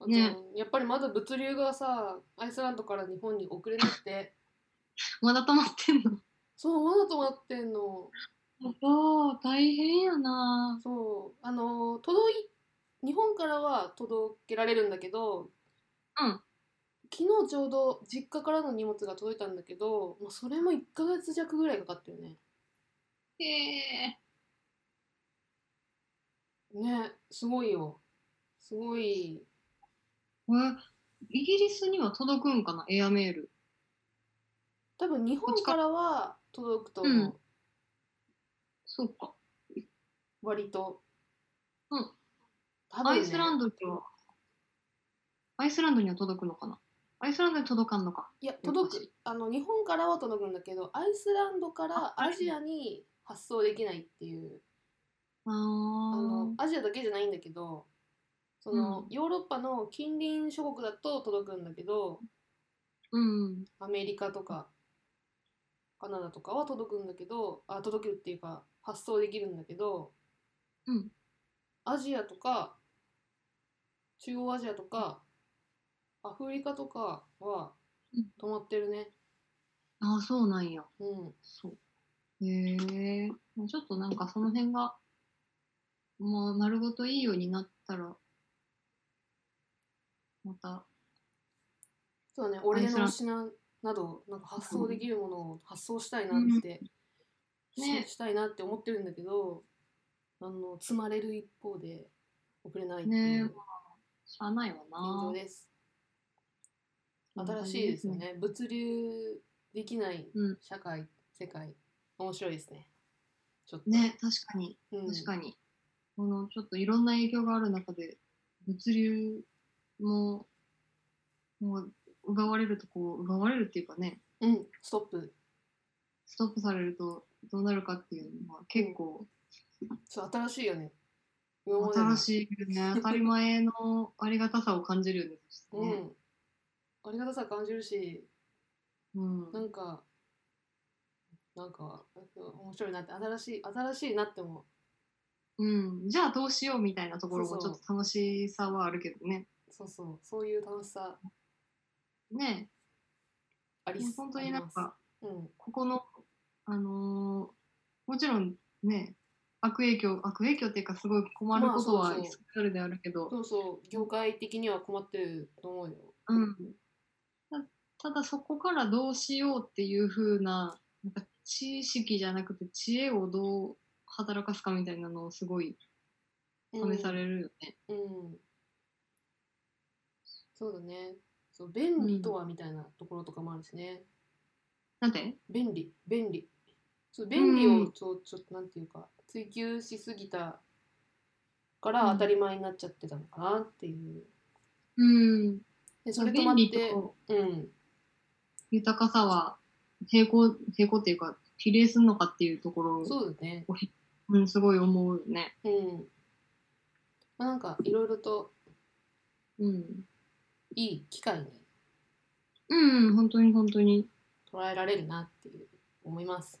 Speaker 1: あと
Speaker 2: ね
Speaker 1: やっぱりまだ物流がさアイスランドから日本に送れなく て
Speaker 2: まだ溜まってんの。
Speaker 1: そうまだ止まってんの
Speaker 2: そう、大変やな
Speaker 1: そうあの届い日本からは届けられるんだけど、
Speaker 2: うん
Speaker 1: 昨日ちょうど実家からの荷物が届いたんだけど、まあ、それも1ヶ月弱ぐらいかかってるね
Speaker 2: へえ。
Speaker 1: ねすごいよすごい
Speaker 2: えイギリスには届くんかな、エアメール。
Speaker 1: 多分日本からは届くと思う
Speaker 2: そうか。
Speaker 1: 割と
Speaker 2: うん
Speaker 1: 多
Speaker 2: ア
Speaker 1: 分、ね、
Speaker 2: イスランドには、アイスランドには届くのかな。アイスランドに届かんのか。
Speaker 1: いや届くあの日本からは届くんだけどアイスランドから
Speaker 2: ああ
Speaker 1: ア
Speaker 2: れ
Speaker 1: ジアに発送できないっていう
Speaker 2: あ
Speaker 1: あの
Speaker 2: ー。
Speaker 1: アジアだけじゃないんだけどその、
Speaker 2: うん
Speaker 1: ヨーロッパの近隣諸国だと届くんだけど
Speaker 2: うん。
Speaker 1: アメリカとかカナダとかは届くんだけどあ届けるっていうか発送できるんだけど、
Speaker 2: うん
Speaker 1: アジアとか中央アジアとかアフリカとかは
Speaker 2: うん
Speaker 1: 止まってるね。
Speaker 2: ああ、そうなんや。
Speaker 1: うん、
Speaker 2: そう。へえ。もうちょっとなんかその辺が、まあ、丸ごといいようになったら、また、
Speaker 1: そうだね俺
Speaker 2: アイスラ
Speaker 1: の
Speaker 2: ン
Speaker 1: 品などなんか発送できるものを発送したいなって、
Speaker 2: うんね
Speaker 1: ししたいなって思ってるんだけどあの積まれる一方で送れないってい
Speaker 2: ね
Speaker 1: う
Speaker 2: ま
Speaker 1: 現
Speaker 2: あ、しゃあないわ
Speaker 1: 状
Speaker 2: な。
Speaker 1: です、新しいですよ。ね物流できない
Speaker 2: うん
Speaker 1: 社会、世界面白いですねちょっと
Speaker 2: ね、確かに、
Speaker 1: うん、
Speaker 2: 確かに。この、ちょっといろんな影響がある中で、物流も、もう、奪われるとこう、奪われるっていうかね、
Speaker 1: うんストップ
Speaker 2: ストップされるとどうなるかっていうのは結構、
Speaker 1: そう新しいよね今までの
Speaker 2: 新しいよね。当たり前のありがたさを感じるよね。そして
Speaker 1: う
Speaker 2: ね
Speaker 1: んありがたさ感じるし
Speaker 2: うん
Speaker 1: なんかなんか面白いなって新しい新しいなって思う
Speaker 2: うん、じゃあどうしようみたいなところ
Speaker 1: そ
Speaker 2: も
Speaker 1: う
Speaker 2: ち
Speaker 1: そう
Speaker 2: ょっと楽しさはあるけどね。
Speaker 1: そうそうそういう楽しさ
Speaker 2: ね
Speaker 1: あ
Speaker 2: え
Speaker 1: り
Speaker 2: 本当になん
Speaker 1: あ
Speaker 2: か
Speaker 1: りますうん
Speaker 2: ここの、あのーもちろんね悪影響悪影響っていうかすごい困ること
Speaker 1: まあ
Speaker 2: は
Speaker 1: そう
Speaker 2: イ
Speaker 1: そう
Speaker 2: スラエルであるけど、
Speaker 1: そうそう業界的には困ってると思うよ
Speaker 2: うん、たただそこからどうしようっていう風ななんか知識じゃなくて知恵をどう働かすかみたいなのをすごい試されるよね。
Speaker 1: うん、うんそうだねそう便利とはみたいなところとかもあるしね、
Speaker 2: なんて
Speaker 1: 便利便利そう便利
Speaker 2: う
Speaker 1: を
Speaker 2: ん
Speaker 1: ちょちょっとなんていうか追求しすぎたから当たり前になっちゃってたのかなっていう
Speaker 2: うん、
Speaker 1: でそ
Speaker 2: そ
Speaker 1: れと
Speaker 2: れ便
Speaker 1: まっ
Speaker 2: 利
Speaker 1: て
Speaker 2: と
Speaker 1: うん
Speaker 2: 豊かさは平行平行っていうか比例するのかっていうところを、
Speaker 1: そうだね
Speaker 2: うん、すごい思うね。
Speaker 1: うんまあなんかいろいろと
Speaker 2: うん、
Speaker 1: いい機会に
Speaker 2: うん、本当に本当に
Speaker 1: 捉えられるなっていう思います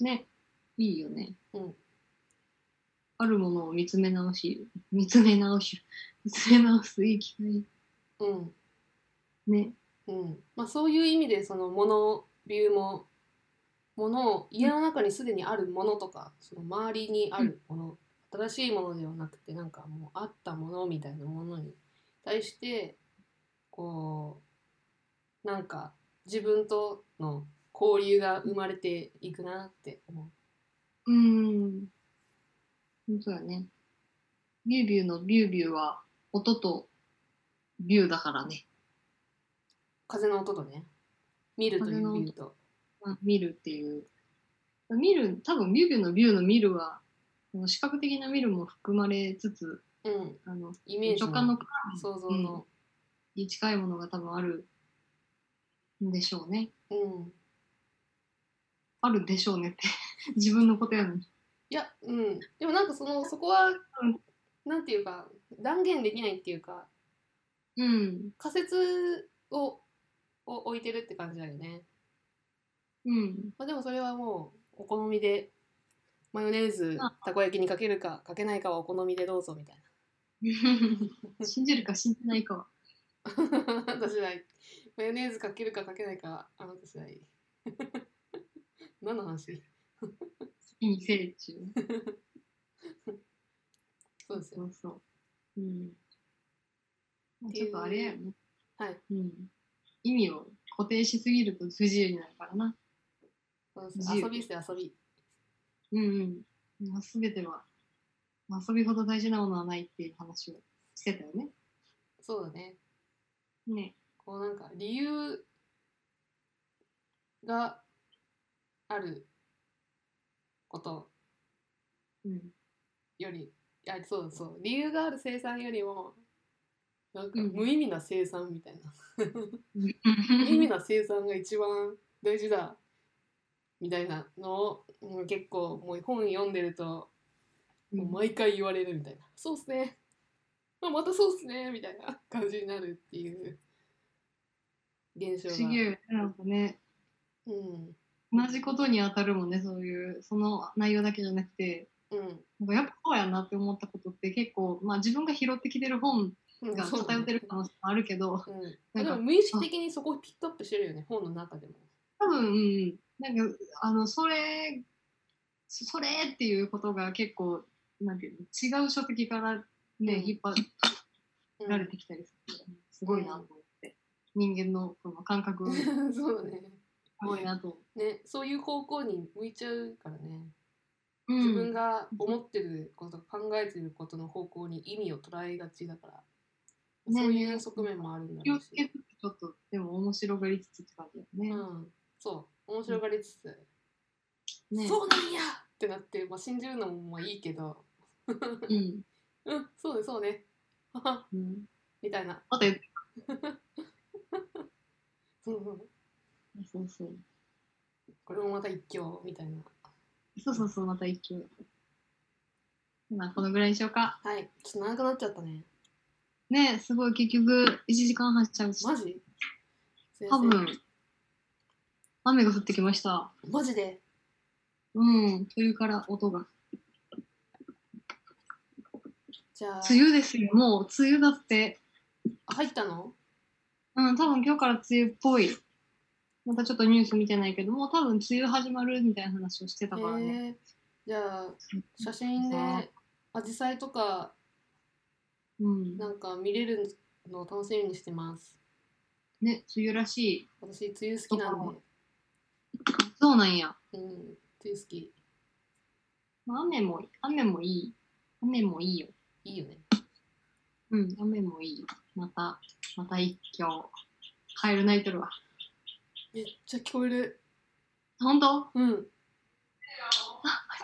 Speaker 2: ねいいよね。
Speaker 1: うん
Speaker 2: あるものを見つめ直し見つめ直し 見つめ直すいい機会
Speaker 1: うん
Speaker 2: ね。
Speaker 1: うんまあそういう意味でその物ビューも物を家の中にすでにあるものとかその周りにあるもの、新しいものではなくてなんかもうあったものみたいなものに対してこうなんか自分との交流が生まれていくなって思
Speaker 2: うーん。本当だね。ビュービューのビュービューは音とビューだからね。
Speaker 1: う風の音とね見るとい
Speaker 2: 風
Speaker 1: う
Speaker 2: の音
Speaker 1: ビューと
Speaker 2: まあ見るっていう。見る、多分ビュービューのビューの見るは、この視覚的な見るも含まれつつ、
Speaker 1: うん
Speaker 2: あの、
Speaker 1: イメージ
Speaker 2: 直感の
Speaker 1: 想像の、
Speaker 2: に近いものが多分あるんでしょうね。
Speaker 1: うん、
Speaker 2: あるでしょうねって。 自分のことやのに。
Speaker 1: いや、うん、でもなんかそのそこは
Speaker 2: ん、
Speaker 1: なんていうか断言できないっていうか
Speaker 2: うん。
Speaker 1: 仮説をを置いてるって感じだよね、
Speaker 2: うん。
Speaker 1: まあ、でもそれはもうお好みでマヨネーズ
Speaker 2: あ
Speaker 1: たこ焼きにかけるかかけないかはお好みでどうぞみたい
Speaker 2: 信じるか信じないかは。
Speaker 1: な 私ないマヨネーズかけるかかけない かあなた次第何の話
Speaker 2: いい聖中。
Speaker 1: そうですよ
Speaker 2: そうそう。うん。まあ
Speaker 1: って
Speaker 2: ち
Speaker 1: いう
Speaker 2: ょっとあれやよね。
Speaker 1: はい。
Speaker 2: うん。意味を固定しすぎると不自由になるからな。
Speaker 1: そうです
Speaker 2: 自由
Speaker 1: 遊びですよ遊び
Speaker 2: うんうん。まあ、すべては、まあ、遊びほど大事なものはないっていう話をしてたよね。
Speaker 1: そうだね
Speaker 2: ね。
Speaker 1: こうなんか理由があること
Speaker 2: うん。
Speaker 1: よりあそうそう理由がある生産よりもなんか
Speaker 2: うん
Speaker 1: 無意味な生産みたいな、 無意味な生産が一番大事だみたいなのを、うん結構もう本読んでるともう毎回言われるみたいな、そうっすねあまたそうっすねみたいな感じになるっていう現象
Speaker 2: 不
Speaker 1: が。
Speaker 2: 思議よね。なんかね、
Speaker 1: うん
Speaker 2: 同じことに当たるもんね、そういう、その内容だけじゃなくて、
Speaker 1: うん
Speaker 2: なんかやっぱそうやなって思ったことって結構、まあ自分が拾ってきてる本
Speaker 1: うん
Speaker 2: が
Speaker 1: そう
Speaker 2: 偏ってる可能性もあるけど、
Speaker 1: う、
Speaker 2: な
Speaker 1: で
Speaker 2: んんか
Speaker 1: も無意識的にそこをピックアップしてるよね本の中でも
Speaker 2: 多分、うん、なんか、あの、それ、そそれっていうことが結構、なんていうの、違う書籍からね、
Speaker 1: うん
Speaker 2: 引っ張
Speaker 1: うん
Speaker 2: られてきたりするから、すごいなと思って、人間のこの感覚、す
Speaker 1: そうだね
Speaker 2: ごいなと思って。
Speaker 1: ねそういう方向に向いちゃうからね
Speaker 2: うん
Speaker 1: 自分が思ってること考えてることの方向に意味を捉えがちだから、
Speaker 2: ね
Speaker 1: そういう側面もあるんだ
Speaker 2: 気
Speaker 1: ろ
Speaker 2: を
Speaker 1: う
Speaker 2: つけ
Speaker 1: し、
Speaker 2: つつ、ちょっと、でも面白がりつつって感じだ
Speaker 1: う
Speaker 2: よね。
Speaker 1: ん、そう面白がりつつ、
Speaker 2: ね
Speaker 1: そうなんやってなって、まあ、信じるのもまあいいけど
Speaker 2: うん。
Speaker 1: うんそうねそうねはは
Speaker 2: うん。
Speaker 1: みたいな
Speaker 2: また言って
Speaker 1: うんうん
Speaker 2: そうそう。
Speaker 1: これもまた一興みたいな
Speaker 2: そうそうそう、また一級。まあ、このぐらいにしようか。
Speaker 1: はいちょっと長くなっちゃったね
Speaker 2: ねすごい、結局、1時間半しちゃうし。
Speaker 1: マジ
Speaker 2: 多分、雨が降ってきました。
Speaker 1: マジで
Speaker 2: うん、冬から音が。
Speaker 1: じゃあ
Speaker 2: 梅雨ですよ、もう梅雨だって。
Speaker 1: 入ったの
Speaker 2: うん、多分今日から梅雨っぽい。またちょっとニュース見てないけど、もう多分梅雨始まるみたいな話をしてたからね。
Speaker 1: えーじゃあ写真で
Speaker 2: ね
Speaker 1: 紫陽花とか
Speaker 2: うん。
Speaker 1: なんか見れるのを楽しみにしてます
Speaker 2: ね、梅雨らしい。
Speaker 1: 私梅雨好きなんで
Speaker 2: そうなんや。
Speaker 1: うん梅雨好き
Speaker 2: まあ雨も、雨もいい。雨もいいよ。
Speaker 1: いいよね
Speaker 2: うん、雨もいいよ。また、また一挙。カエル泣いてるわ。
Speaker 1: めっちゃ聞こえる
Speaker 2: ほん と
Speaker 1: うん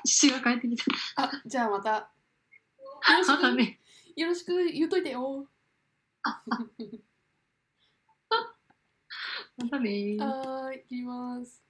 Speaker 2: 父が帰ってきた。
Speaker 1: あじゃあまたよろ し
Speaker 2: また
Speaker 1: く、
Speaker 2: ね。
Speaker 1: よろしく言うといてよ
Speaker 2: またねー。
Speaker 1: はーい切ります